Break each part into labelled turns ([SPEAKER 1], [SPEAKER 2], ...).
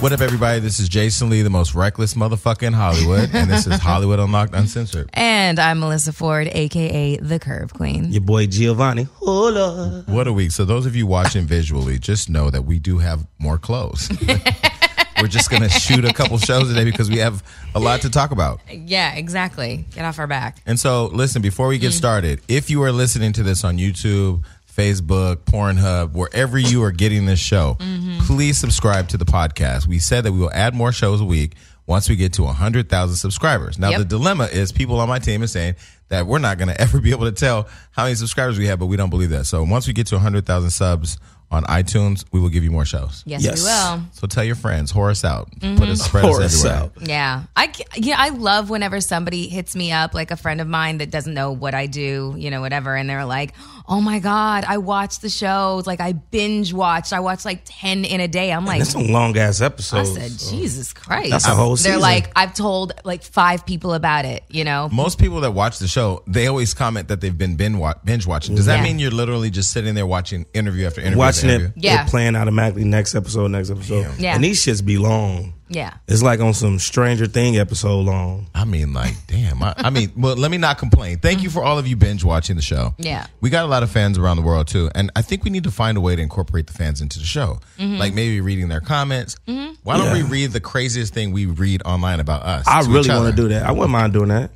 [SPEAKER 1] What up, everybody? This is Jason Lee, the most reckless motherfucker in Hollywood, and this is Hollywood Unlocked Uncensored.
[SPEAKER 2] And I'm Melissa Ford, aka the Curve Queen.
[SPEAKER 3] Your boy Giovanni. Hola.
[SPEAKER 1] What a week! So those of you watching visually, just know that we do have more clothes. We're just gonna shoot a couple shows today because we have a lot to talk about.
[SPEAKER 2] Yeah, exactly. Get off our back.
[SPEAKER 1] And so, listen, before we get started, if you are listening to this on YouTube, Facebook, Pornhub, wherever you are getting this show, please subscribe to the podcast. We said that we will add more shows a week once we get to 100,000 subscribers. Now,
[SPEAKER 2] Yep.
[SPEAKER 1] the dilemma is people on my team is saying that we're not going to ever be able to tell how many subscribers we have, but we don't believe that. So, once we get to 100,000 subs on iTunes, we will give you more shows.
[SPEAKER 2] Yes,
[SPEAKER 3] Yes.
[SPEAKER 2] we will.
[SPEAKER 1] So, tell your friends, whore us out. Put us, spread
[SPEAKER 3] Pour
[SPEAKER 1] us
[SPEAKER 3] us
[SPEAKER 1] everywhere.
[SPEAKER 3] out.
[SPEAKER 2] Yeah, I c- yeah I love whenever somebody hits me up, like a friend of mine that doesn't know what I do, you know, whatever, and they're like, "Oh my god, I watched the shows. Like I binge watched. I watched like ten in a day. I'm like,
[SPEAKER 3] That's a long ass episode.
[SPEAKER 2] I said, Jesus Christ.
[SPEAKER 3] That's a
[SPEAKER 2] They're
[SPEAKER 3] whole season.
[SPEAKER 2] like, I've told like five people about it, you know?
[SPEAKER 1] Most people that watch the show, they always comment that they've been bin- wa- binge watching. Does that
[SPEAKER 2] Yeah.
[SPEAKER 1] mean you're literally just sitting there watching interview after interview?
[SPEAKER 3] Watching
[SPEAKER 1] after
[SPEAKER 3] it,
[SPEAKER 1] interview?
[SPEAKER 2] Yeah.
[SPEAKER 3] it playing automatically next episode, next episode.
[SPEAKER 2] Yeah.
[SPEAKER 3] And these shits be long.
[SPEAKER 2] Yeah.
[SPEAKER 3] It's like on some Stranger Thing episode long.
[SPEAKER 1] I mean, like, damn. I, I mean, well, let me not complain. Thank you for all of you binge watching the show.
[SPEAKER 2] Yeah.
[SPEAKER 1] We got a lot of fans around the world, too. And I think we need to find a way to incorporate the fans into the show.
[SPEAKER 2] Mm-hmm.
[SPEAKER 1] Like maybe reading their comments. Why don't we
[SPEAKER 3] Yeah.
[SPEAKER 1] read the craziest thing we read online about us?
[SPEAKER 3] I really want to do that. I wouldn't mind doing that.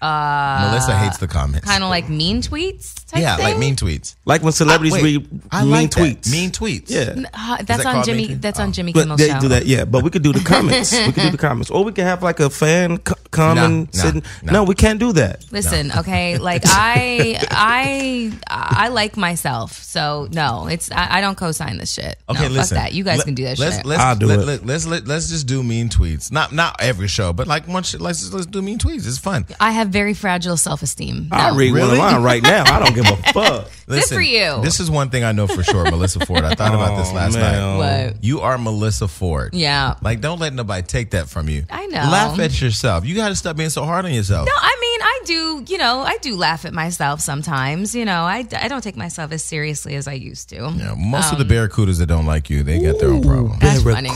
[SPEAKER 1] that.
[SPEAKER 2] Uh,
[SPEAKER 1] Melissa hates the comments.
[SPEAKER 2] Kind of like mean tweets type
[SPEAKER 1] Yeah, like
[SPEAKER 2] thing?
[SPEAKER 1] mean tweets.
[SPEAKER 3] Like when celebrities
[SPEAKER 1] Wait,
[SPEAKER 3] read
[SPEAKER 1] I
[SPEAKER 3] mean
[SPEAKER 1] like that.
[SPEAKER 3] tweets.
[SPEAKER 1] Mean tweets.
[SPEAKER 3] Yeah.
[SPEAKER 2] Uh, that's
[SPEAKER 1] that
[SPEAKER 2] on
[SPEAKER 1] called mean
[SPEAKER 2] Jimmy.
[SPEAKER 1] tweet?
[SPEAKER 2] That's on Jimmy
[SPEAKER 3] Oh. But
[SPEAKER 2] Kimmel's
[SPEAKER 3] they
[SPEAKER 2] show.
[SPEAKER 3] do that, yeah. But we could do the comments. we could do the comments, or we could have like a fan co- comment
[SPEAKER 1] Nah, nah,
[SPEAKER 3] sitting.
[SPEAKER 1] nah.
[SPEAKER 3] No, we can't do that.
[SPEAKER 2] Listen, okay, like I, I, I like myself, so no, it's I, I don't co-sign this shit.
[SPEAKER 1] Okay,
[SPEAKER 2] no,
[SPEAKER 1] listen.
[SPEAKER 2] Fuck that. You guys
[SPEAKER 1] Let-
[SPEAKER 2] can do that
[SPEAKER 1] let's,
[SPEAKER 2] shit.
[SPEAKER 1] Let's,
[SPEAKER 3] I'll do
[SPEAKER 1] let,
[SPEAKER 3] it.
[SPEAKER 1] Let, us let, let's just do mean tweets. Not not every show, but like once let's just- let's do mean tweets. It's fun.
[SPEAKER 2] I have very fragile self-esteem. No.
[SPEAKER 1] Oh.
[SPEAKER 3] I'll read
[SPEAKER 1] Really?
[SPEAKER 3] one line right now. I don't give a fuck.
[SPEAKER 1] Listen,
[SPEAKER 2] for you.
[SPEAKER 1] This is one thing I know for sure, Melissa Ford. I thought about this
[SPEAKER 3] Oh,
[SPEAKER 1] last
[SPEAKER 3] man.
[SPEAKER 1] night.
[SPEAKER 2] What?
[SPEAKER 1] You are Melissa Ford.
[SPEAKER 2] Yeah.
[SPEAKER 1] Like, don't let nobody take that from you.
[SPEAKER 2] I know.
[SPEAKER 1] Laugh at yourself. You got to stop being so hard on yourself.
[SPEAKER 2] No, I mean, I do, you know, I do laugh at myself sometimes. You know, I, I don't take myself as seriously as I used to.
[SPEAKER 1] Yeah, most of the
[SPEAKER 2] Um,
[SPEAKER 1] barracudas that don't like you, they got their own problem.
[SPEAKER 2] That's funny.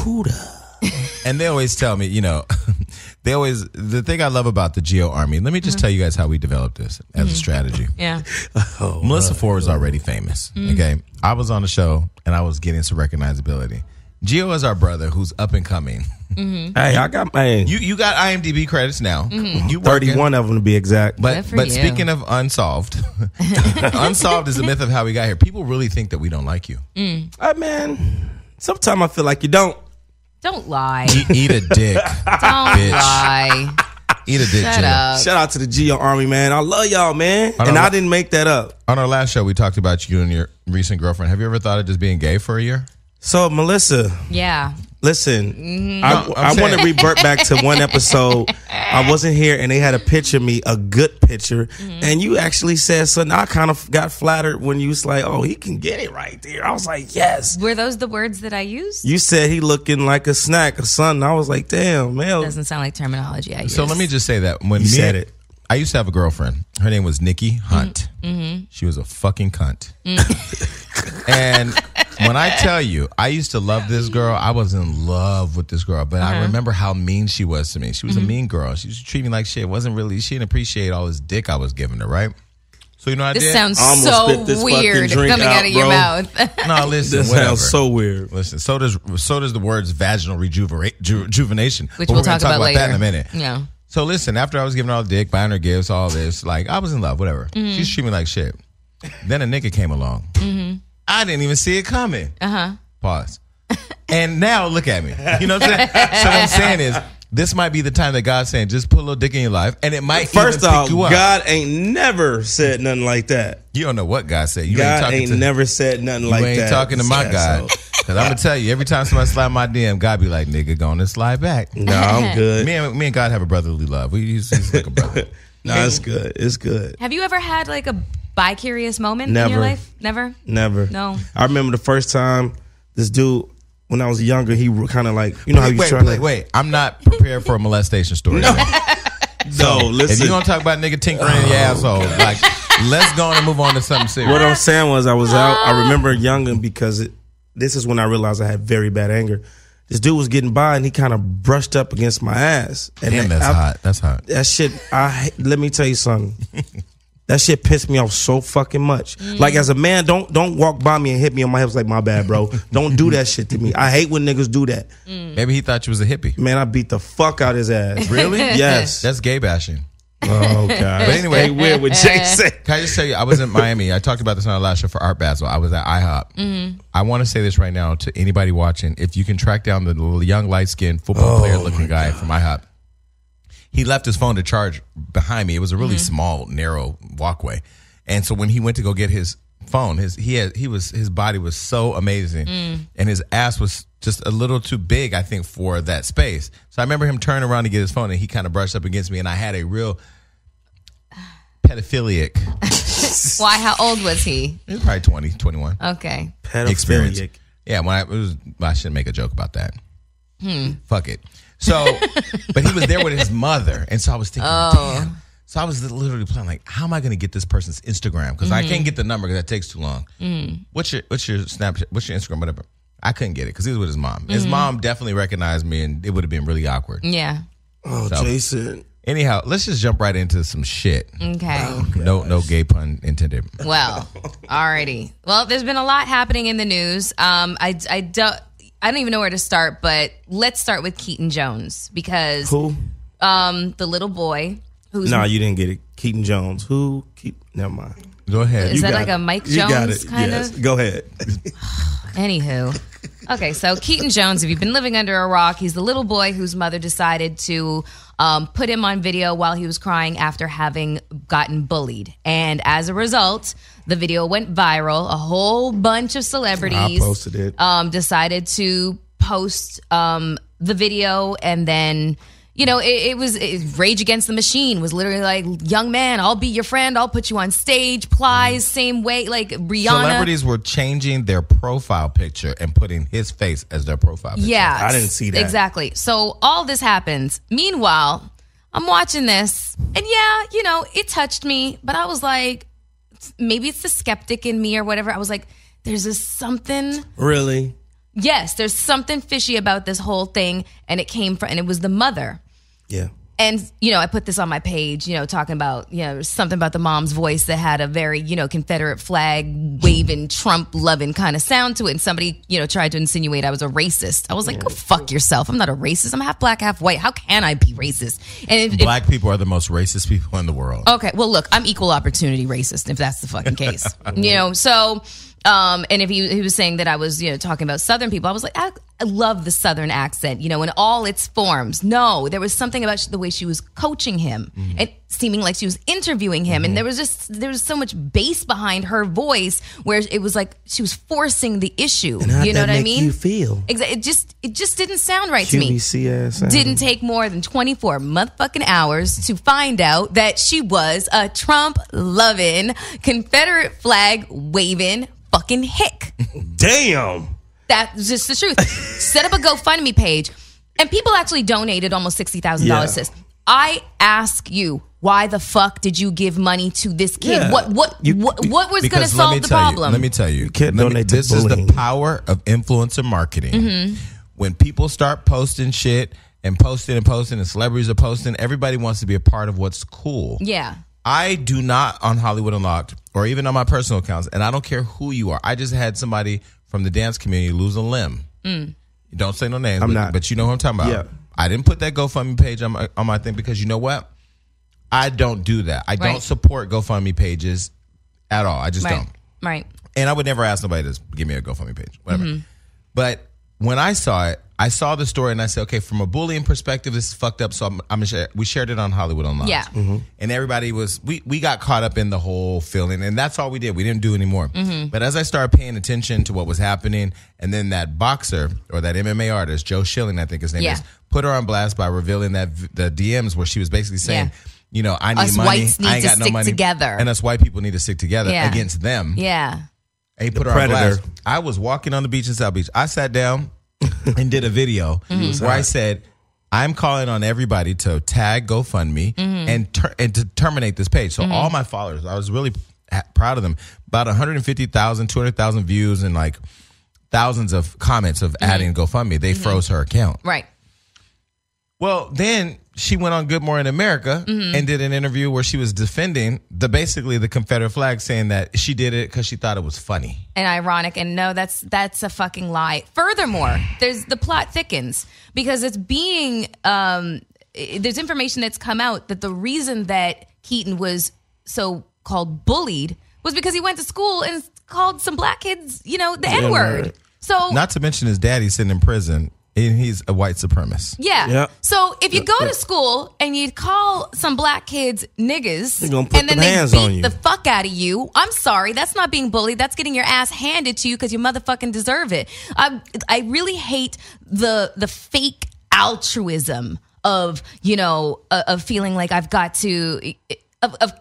[SPEAKER 1] And they always tell me, you know, they always, the thing I love about the Geo Army, let me just
[SPEAKER 2] Mm-hmm.
[SPEAKER 1] tell you guys how we developed this as a strategy.
[SPEAKER 2] Yeah.
[SPEAKER 1] Melissa Ford was already famous.
[SPEAKER 2] Mm.
[SPEAKER 1] Okay. I was on the show and I was getting some recognizability. Gio is our brother who's up and coming.
[SPEAKER 3] Hey, I got my
[SPEAKER 1] You you got IMDb credits now. You working.
[SPEAKER 3] thirty-one of them to be exact.
[SPEAKER 1] But
[SPEAKER 2] Mm-hmm. Good for
[SPEAKER 1] but
[SPEAKER 2] you.
[SPEAKER 1] speaking of unsolved, unsolved is the myth of how we got here. People really think that we don't like you.
[SPEAKER 2] Mm.
[SPEAKER 3] Hey, uh, man, sometimes I feel like you don't.
[SPEAKER 2] Don't lie.
[SPEAKER 1] E- eat a dick,
[SPEAKER 2] Don't
[SPEAKER 1] Bitch.
[SPEAKER 2] lie.
[SPEAKER 1] eat a dick.
[SPEAKER 2] Shut
[SPEAKER 1] Gio.
[SPEAKER 2] up.
[SPEAKER 3] Shout out to the Geo Army, man. I love y'all, man.
[SPEAKER 1] don't
[SPEAKER 3] and I
[SPEAKER 1] know.
[SPEAKER 3] didn't make that up.
[SPEAKER 1] On our last show, we talked about you and your recent girlfriend. Have you ever thought of just being gay for a year?
[SPEAKER 3] So Melissa,
[SPEAKER 2] Yeah.
[SPEAKER 3] listen,
[SPEAKER 1] Mm-hmm. No,
[SPEAKER 3] I,
[SPEAKER 1] I'm
[SPEAKER 3] I want to
[SPEAKER 1] saying-
[SPEAKER 3] revert back to one episode. I wasn't here, and they had a picture of me, a good picture,
[SPEAKER 1] Mm-hmm.
[SPEAKER 3] and you actually said something. I kind of got flattered when you was like, "Oh, he can get it right there." I was like, "Yes."
[SPEAKER 2] Were those the words that I used?
[SPEAKER 3] You said he looking like a snack or something. I was like, "Damn, man."
[SPEAKER 2] Doesn't sound like terminology I used.
[SPEAKER 1] So let me just say that when me-
[SPEAKER 3] You said it.
[SPEAKER 1] I used to have a girlfriend. Her name was Nikki Hunt.
[SPEAKER 2] Mm-hmm.
[SPEAKER 1] She was a fucking cunt.
[SPEAKER 2] Mm.
[SPEAKER 1] and when I tell you, I used to love this girl. I was in love with this girl, but
[SPEAKER 2] Uh-huh.
[SPEAKER 1] I remember how mean she was to me. She was
[SPEAKER 2] Mm-hmm.
[SPEAKER 1] a mean girl. She used to treat me like shit. wasn't really. She didn't appreciate all this dick I was giving her. Right. So you know what I
[SPEAKER 2] This
[SPEAKER 1] did.
[SPEAKER 2] sounds
[SPEAKER 3] Almost spit this
[SPEAKER 2] so
[SPEAKER 3] fucking
[SPEAKER 2] weird
[SPEAKER 3] drink
[SPEAKER 2] coming out,
[SPEAKER 3] out,
[SPEAKER 2] of your
[SPEAKER 3] bro.
[SPEAKER 2] mouth.
[SPEAKER 1] no, listen.
[SPEAKER 3] That
[SPEAKER 1] whatever.
[SPEAKER 3] sounds so weird.
[SPEAKER 1] Listen, so does so does the words vaginal rejuvenation, rejuvenation
[SPEAKER 2] Which
[SPEAKER 1] but
[SPEAKER 2] we'll
[SPEAKER 1] we're gonna
[SPEAKER 2] talk about
[SPEAKER 1] that in a
[SPEAKER 2] later.
[SPEAKER 1] minute.
[SPEAKER 2] Yeah.
[SPEAKER 1] So listen, after I was giving all the dick, buying her gifts, all this, like I was in love, whatever. She was treating me like shit. Then a nigga came along. I didn't even see it coming. Uh huh. Pause. and now look at me. You know what I'm saying? so what I'm saying is, this might be the time that God's saying, just put a little dick in your life, and it might
[SPEAKER 3] First
[SPEAKER 1] even
[SPEAKER 3] off,
[SPEAKER 1] pick you up.
[SPEAKER 3] God ain't never said nothing like that.
[SPEAKER 1] you don't know what God said. You ain't
[SPEAKER 3] God
[SPEAKER 1] talking
[SPEAKER 3] ain't
[SPEAKER 1] to
[SPEAKER 3] never said nothing like
[SPEAKER 1] you ain't
[SPEAKER 3] that.
[SPEAKER 1] talking to my
[SPEAKER 3] Yeah,
[SPEAKER 1] God.
[SPEAKER 3] so-
[SPEAKER 1] Cause I'm gonna tell you, every time somebody slide my DM, God be like, "Nigga, go on and slide back."
[SPEAKER 3] No, I'm good.
[SPEAKER 1] Me and me and God have a brotherly love. We he's, he's like a brother.
[SPEAKER 3] No, it's good. It's good.
[SPEAKER 2] Have you ever had like a bi-curious moment in
[SPEAKER 3] Never.
[SPEAKER 2] your life? Never.
[SPEAKER 3] Never.
[SPEAKER 2] No.
[SPEAKER 3] I remember the first time this dude, when I was younger, he kind of like, you know how you
[SPEAKER 1] wait,
[SPEAKER 3] trying
[SPEAKER 1] wait,
[SPEAKER 3] to.
[SPEAKER 1] wait. I'm not prepared for a molestation story.
[SPEAKER 3] So
[SPEAKER 1] If
[SPEAKER 3] listen.
[SPEAKER 1] you're gonna talk about nigga tinkering in your asshole, like let's go on and move on to something serious.
[SPEAKER 3] what I'm saying was, I was out. I remember younger because it, this is when I realized I had very bad anger. This dude was getting by and he kind of brushed up against my ass. And
[SPEAKER 1] Damn,
[SPEAKER 3] that-
[SPEAKER 1] that's
[SPEAKER 3] I-
[SPEAKER 1] hot. That's hot.
[SPEAKER 3] That shit, I ha- let me tell you something. That shit pissed me off so fucking much. Like as a man, don't don't walk by me and hit me on my hips like my bad, bro. don't do that shit to me. I hate when niggas do that.
[SPEAKER 2] Mm.
[SPEAKER 1] Maybe he thought you was a hippie.
[SPEAKER 3] Man, I beat the fuck out his ass.
[SPEAKER 1] Really?
[SPEAKER 3] Yes.
[SPEAKER 1] That's gay bashing.
[SPEAKER 3] oh god.
[SPEAKER 1] But anyway-
[SPEAKER 3] Stay weird with Jason.
[SPEAKER 1] Can I just tell you, I was in Miami. I talked about this on our last show for Art Basel. I was at IHOP. I want to say this right now to anybody watching. If you can track down the little young, light skinned football player looking guy from IHOP, he left his phone to charge behind me. It was a really small, narrow walkway. And so when he went to go get his phone, his he had he was his body was so amazing. And his ass was just a little too big, I think, for that space. So I remember him turning around to get his phone and he kind of brushed up against me and I had a real pedophilic
[SPEAKER 2] Why? How old was he?
[SPEAKER 1] he was probably 20, 21.
[SPEAKER 2] Okay.
[SPEAKER 1] experience.
[SPEAKER 3] Pedophilic.
[SPEAKER 1] Yeah, when I it was, I shouldn't make a joke about that. Fuck it. So, but he was there with his mother, and so I was thinking, damn. So I was literally planning, like, how am I going to get this person's Instagram? Because I can't get the number because that takes too long. What's your What's your Snapchat? What's your Instagram? Whatever. I couldn't get it because he was with his mom. His mom definitely recognized me, and it would have been really awkward.
[SPEAKER 2] Yeah.
[SPEAKER 3] Oh,
[SPEAKER 1] So-
[SPEAKER 3] Jason.
[SPEAKER 1] Anyhow, let's just jump right into some shit.
[SPEAKER 2] Mm. Okay.
[SPEAKER 1] No, no gay pun intended.
[SPEAKER 2] Well, alrighty. Well, there's been a lot happening in the news. Um, I, I don't, I don't even know where to start, but let's start with Keaton Jones because
[SPEAKER 3] Who?
[SPEAKER 2] um, the little boy who's
[SPEAKER 3] Nah, you didn't get it. Keaton Jones. Who? Keep. Never mind.
[SPEAKER 1] Go ahead.
[SPEAKER 2] Is
[SPEAKER 3] You
[SPEAKER 2] that
[SPEAKER 3] got
[SPEAKER 2] like
[SPEAKER 3] it.
[SPEAKER 2] a Mike
[SPEAKER 3] You got
[SPEAKER 2] Jones
[SPEAKER 3] it.
[SPEAKER 2] kind
[SPEAKER 3] yes.
[SPEAKER 2] of?
[SPEAKER 3] Go ahead.
[SPEAKER 2] Anywho. Okay, so Keaton Jones, if you've been living under a rock, he's the little boy whose mother decided to um, put him on video while he was crying after having gotten bullied. And as a result, the video went viral. A whole bunch of
[SPEAKER 3] I
[SPEAKER 2] celebrities
[SPEAKER 3] posted it.
[SPEAKER 2] um, decided to post um, the video and then you know it, it was it, rage against the machine was literally like young man i'll be your friend i'll put you on stage plies same way like rihanna
[SPEAKER 1] Celebrities were changing their profile picture and putting his face as their profile picture.
[SPEAKER 2] yeah
[SPEAKER 3] I didn't see that.
[SPEAKER 2] exactly so all this happens meanwhile i'm watching this and yeah you know it touched me but i was like maybe it's the skeptic in me or whatever i was like there's just something
[SPEAKER 3] Really?
[SPEAKER 2] yes, there's something fishy about this whole thing. And it came from, and it was the mother.
[SPEAKER 3] Yeah.
[SPEAKER 2] And, you know, I put this on my page, you know, talking about, you know, something about the mom's voice that had a very, you know, Confederate flag waving, Trump loving kind of sound to it. And somebody, you know, tried to insinuate I was a racist. I was like, go fuck yourself. I'm not a racist. I'm half black, half white. How can I be racist? And if, if-
[SPEAKER 1] Black people are the most racist people in the world.
[SPEAKER 2] Okay. Well, look, I'm equal opportunity racist if that's the fucking case. you know, so um and if he, he was saying that I was, you know, talking about southern people, I was like, I, I love the southern accent, you know, in all its forms. No, there was something about the way she was coaching him
[SPEAKER 3] Mm-hmm.
[SPEAKER 2] and seeming like she was interviewing him and there was just there was so much bass behind her voice where it was like she was forcing the issue. you know what I mean?
[SPEAKER 3] You feel. E
[SPEAKER 2] Exactly. It just it just didn't sound right to me
[SPEAKER 3] QVC ass. sound.
[SPEAKER 2] didn't take more than 24 motherfucking hours to find out that she was a Trump loving, Confederate flag waving fucking hick.
[SPEAKER 3] Damn.
[SPEAKER 2] That's just the truth. Set up a GoFundMe page, and people actually donated almost $60,000
[SPEAKER 3] Yeah.
[SPEAKER 2] to this. I ask you, why the fuck did you give money to this kid?
[SPEAKER 3] Yeah.
[SPEAKER 2] What what
[SPEAKER 3] You-
[SPEAKER 2] what, what was going to
[SPEAKER 1] Because let me
[SPEAKER 2] solve the
[SPEAKER 1] tell
[SPEAKER 2] problem?
[SPEAKER 1] you, let me tell you,
[SPEAKER 3] can't
[SPEAKER 1] let me-
[SPEAKER 3] donate to
[SPEAKER 1] this is
[SPEAKER 3] bullying.
[SPEAKER 1] the power of influencer marketing.
[SPEAKER 2] Mm-hmm.
[SPEAKER 1] When people start posting shit and posting and posting, and celebrities are posting, everybody wants to be a part of what's cool.
[SPEAKER 2] yeah.
[SPEAKER 1] I do not on Hollywood Unlocked or even on my personal accounts, and I don't care who you are. I just had somebody from the dance community lose a limb.
[SPEAKER 2] Mm.
[SPEAKER 1] You Don't say no names, but,
[SPEAKER 3] not.
[SPEAKER 1] but you know who I'm talking about.
[SPEAKER 3] Yeah.
[SPEAKER 1] I didn't put that GoFundMe page on my, on my thing because you know what? I don't do that. I
[SPEAKER 2] Right.
[SPEAKER 1] don't support GoFundMe pages at all. I just
[SPEAKER 2] Right.
[SPEAKER 1] don't.
[SPEAKER 2] Right.
[SPEAKER 1] And I would never ask nobody to give me a GoFundMe page, whatever.
[SPEAKER 2] Mm-hmm.
[SPEAKER 1] But when I saw it, I saw the story and I said, okay, from a bullying perspective, this is fucked up. So I'm, I'm gonna share, we shared it on Hollywood Online.
[SPEAKER 2] Yeah.
[SPEAKER 1] And everybody was, we, we got caught up in the whole feeling. And that's all we did. We didn't do any more.
[SPEAKER 2] Mm-hmm.
[SPEAKER 1] But as I started paying attention to what was happening, and then that boxer or that MMA artist, Joe Schilling, I think his name
[SPEAKER 2] Yeah.
[SPEAKER 1] is, put her on blast by revealing that v- the DMs where she was basically saying,
[SPEAKER 2] Yeah.
[SPEAKER 1] you know, I need
[SPEAKER 2] Us
[SPEAKER 1] money.
[SPEAKER 2] whites need
[SPEAKER 1] I ain't
[SPEAKER 2] to
[SPEAKER 1] got no
[SPEAKER 2] stick
[SPEAKER 1] money.
[SPEAKER 2] together.
[SPEAKER 1] And us white people need to stick together
[SPEAKER 2] Yeah.
[SPEAKER 1] against them.
[SPEAKER 2] Yeah.
[SPEAKER 1] And he put her on
[SPEAKER 3] predator.
[SPEAKER 1] blast. I was walking on the beach in South Beach. I sat down and did a video where I said, I'm calling on everybody to tag GoFundMe and ter- and to terminate this page. So all my followers, I was really ha- proud of them. About 150,000, 200,000 views and like thousands of comments of adding GoFundMe. They froze her account.
[SPEAKER 2] Right.
[SPEAKER 1] Well, then she went on Good Morning America and did an interview where she was defending the basically the Confederate flag, saying that she did it because she thought it was funny.
[SPEAKER 2] and ironic and no that's that's a fucking lie furthermore there's the plot thickens because it's being um i- there's information that's come out that the reason that keaton was so called bullied was because he went to school and called some black kids you know the n word
[SPEAKER 3] N-word.
[SPEAKER 2] so
[SPEAKER 1] Not to mention his daddy's sitting in prison and he's a white supremacist.
[SPEAKER 2] yeah.
[SPEAKER 3] Yeah.
[SPEAKER 2] So if you go to school and you call some black kids niggas,
[SPEAKER 3] They gonna put
[SPEAKER 2] and then
[SPEAKER 3] them
[SPEAKER 2] they
[SPEAKER 3] hands
[SPEAKER 2] beat
[SPEAKER 3] on you.
[SPEAKER 2] the fuck out of you, I'm sorry, that's not being bullied. That's getting your ass handed to you because you motherfucking deserve it. I I really hate the the fake altruism of you know uh, of feeling like I've got to of, of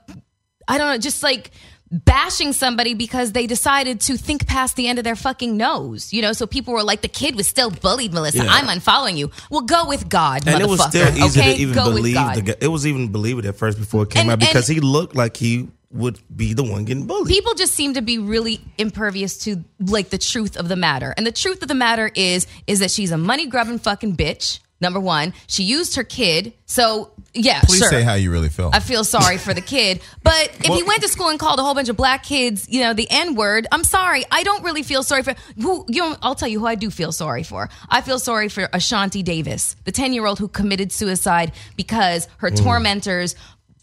[SPEAKER 2] I don't know, just like bashing somebody because they decided to think past the end of their fucking nose. You know, so people were like, the kid was still bullied, Melissa.
[SPEAKER 3] Yeah.
[SPEAKER 2] I'm unfollowing you. Well, go with God,
[SPEAKER 3] And
[SPEAKER 2] motherfucker.
[SPEAKER 3] it was still easy
[SPEAKER 2] okay?
[SPEAKER 3] to even
[SPEAKER 2] go with
[SPEAKER 3] believe
[SPEAKER 2] God.
[SPEAKER 3] the guy. It was even believe it at first before it came
[SPEAKER 2] And-
[SPEAKER 3] out because
[SPEAKER 2] and-
[SPEAKER 3] he looked like he would be the one getting bullied.
[SPEAKER 2] people just seem to be really impervious to like the truth of the matter. And the truth of the matter is is that she's a money grubbing fucking bitch. Number one, she used her kid. So yeah,
[SPEAKER 1] Please
[SPEAKER 2] sure.
[SPEAKER 1] say how you really feel.
[SPEAKER 2] I feel sorry for the kid. But if he went to school and called a whole bunch of black kids, you know, the N word, I'm sorry. I don't really feel sorry for who. You know, I'll tell you who I do feel sorry for. I feel sorry for Ashanti Davis, the 10 year old who committed suicide because her
[SPEAKER 1] Mm.
[SPEAKER 2] tormentors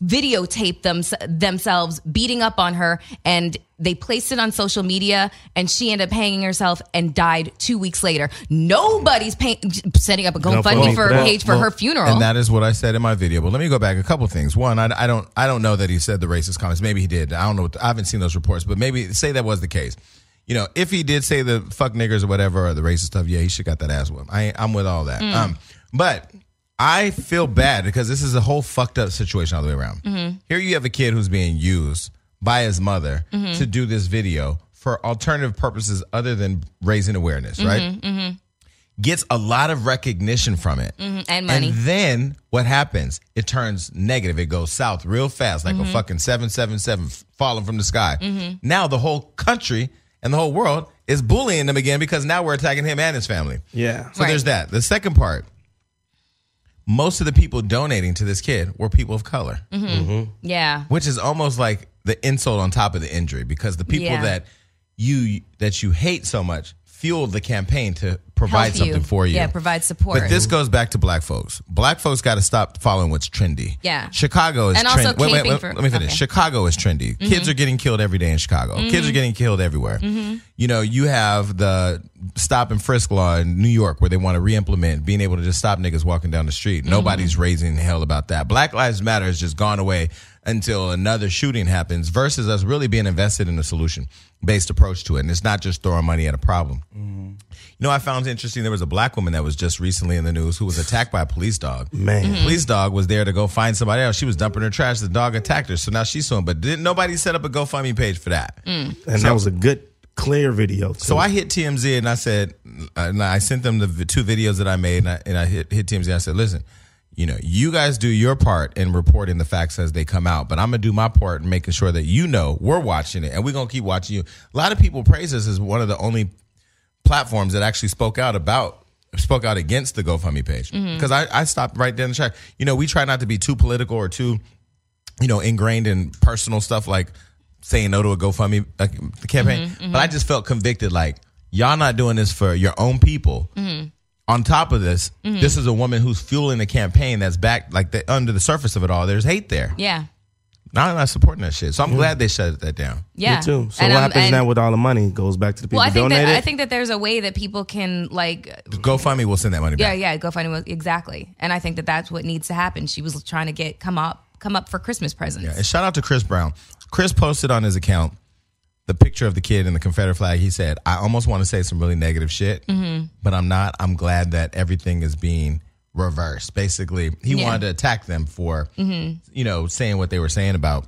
[SPEAKER 2] videotaped them, themselves beating up on her and they placed it on social media and she ended up hanging herself and died two weeks later nobody's paying setting up a gofundme
[SPEAKER 3] well,
[SPEAKER 2] for a
[SPEAKER 3] well,
[SPEAKER 2] page for
[SPEAKER 1] Well,
[SPEAKER 2] her funeral
[SPEAKER 1] and that is what I said in my video. But let me go back a couple things. One, I, I don't, I don't know that he said the racist comments. Maybe he did. I don't know. What I haven't seen those reports, but maybe say that was the case. You know, if he did say the fuck niggers or whatever or the racist stuff, yeah, he should got that ass whipped. I, I'm with all that. Um, but I feel bad because this is a whole fucked up situation all the way around. Here you have a kid who's being used by his mother to do this video for alternative purposes other than raising awareness, right? Gets a lot of recognition from it.
[SPEAKER 2] Mm-hmm. and money
[SPEAKER 1] And then what happens? It turns negative. It goes south real fast, like
[SPEAKER 2] Mm-hmm.
[SPEAKER 1] a fucking 777 f- falling from the sky. Now the whole country and the whole world is bullying him again because now we're attacking him and his family.
[SPEAKER 3] yeah.
[SPEAKER 1] So
[SPEAKER 2] Right.
[SPEAKER 1] there's that. The second part most of the people donating to this kid were people of color,
[SPEAKER 2] Mm-hmm. yeah
[SPEAKER 1] which is almost like the insult on top of the injury because the people
[SPEAKER 2] Yeah.
[SPEAKER 1] that you that you hate so much fueled the campaign to provide
[SPEAKER 2] help
[SPEAKER 1] something for you.
[SPEAKER 2] Yeah, provide support.
[SPEAKER 1] But this goes back to black folks. Black folks got to stop following what's trendy.
[SPEAKER 2] Yeah.
[SPEAKER 1] Chicago is
[SPEAKER 2] And also
[SPEAKER 1] trendy. Wait, wait,
[SPEAKER 2] caping
[SPEAKER 1] wait,
[SPEAKER 2] for-
[SPEAKER 1] let me finish.
[SPEAKER 2] okay. Mm-hmm.
[SPEAKER 1] Chicago is trendy. Kids are getting killed every day in Chicago. Kids are getting killed everywhere.
[SPEAKER 2] Mm-hmm.
[SPEAKER 1] You know, you have the stop and frisk law in New York where they want to re-implement being able to just stop niggas walking down the street.
[SPEAKER 2] Mm-hmm.
[SPEAKER 1] Nobody's raising hell about that. Black Lives Matter has just gone away until another shooting happens versus us really being invested in a solution based approach to it. And it's not just throwing money at a problem. You know, I found interesting. There was a black woman that was just recently in the news who was attacked by a police dog.
[SPEAKER 3] Man.
[SPEAKER 2] Mm-hmm.
[SPEAKER 1] The police dog was there to go find somebody else. She was dumping her trash. The dog attacked her, so now she's suing. But didn't nobody set up a GoFundMe page for that?
[SPEAKER 3] And that was a good, clear video. Too.
[SPEAKER 1] So I hit TMZ and I said, and I sent them the v- two videos that I made, and I, and I hit, hit TMZ. And I said, listen, you know, you guys do your part in reporting the facts as they come out, but I'm gonna do my part in making sure that you know we're watching it, and we're gonna keep watching you. A lot of people praise us as one of the only platforms that actually spoke out about spoke out against the GoFundMe page because I, I stopped right down the track. You know, we try not to be too political or too you know, ingrained in personal stuff like saying no to a GoFundMe uh, campaign. But I just felt convicted, like y'all not doing this for your own people. On top of this, this is a woman who's fueling a campaign that's back like the, under the surface of it all. There's hate there.
[SPEAKER 2] yeah.
[SPEAKER 1] Now I'm not supporting that shit, so I'm glad they shut that down.
[SPEAKER 2] Yeah.
[SPEAKER 3] Me too. So
[SPEAKER 2] And
[SPEAKER 3] what
[SPEAKER 2] I'm-
[SPEAKER 3] happens
[SPEAKER 2] and-
[SPEAKER 3] now with all the money? It goes back to the people
[SPEAKER 2] Well, I think that
[SPEAKER 3] donated.
[SPEAKER 2] I think that there's a way that people can like
[SPEAKER 1] GoFundMe will send that money
[SPEAKER 2] yeah,
[SPEAKER 1] back.
[SPEAKER 2] yeah, go find him exactly. And I think that that's what needs to happen. She was trying to get come up come up for Christmas presents.
[SPEAKER 1] And shout out to Chris Brown. Chris posted on his account the picture of the kid and the Confederate flag. He said, I almost want to say some really negative shit,
[SPEAKER 2] Mm-hmm.
[SPEAKER 1] but I'm not. I'm glad that everything is being reversed. Basically, he
[SPEAKER 2] Yeah. Mm-hmm.
[SPEAKER 1] wanted to attack them for, you know, saying what they were saying about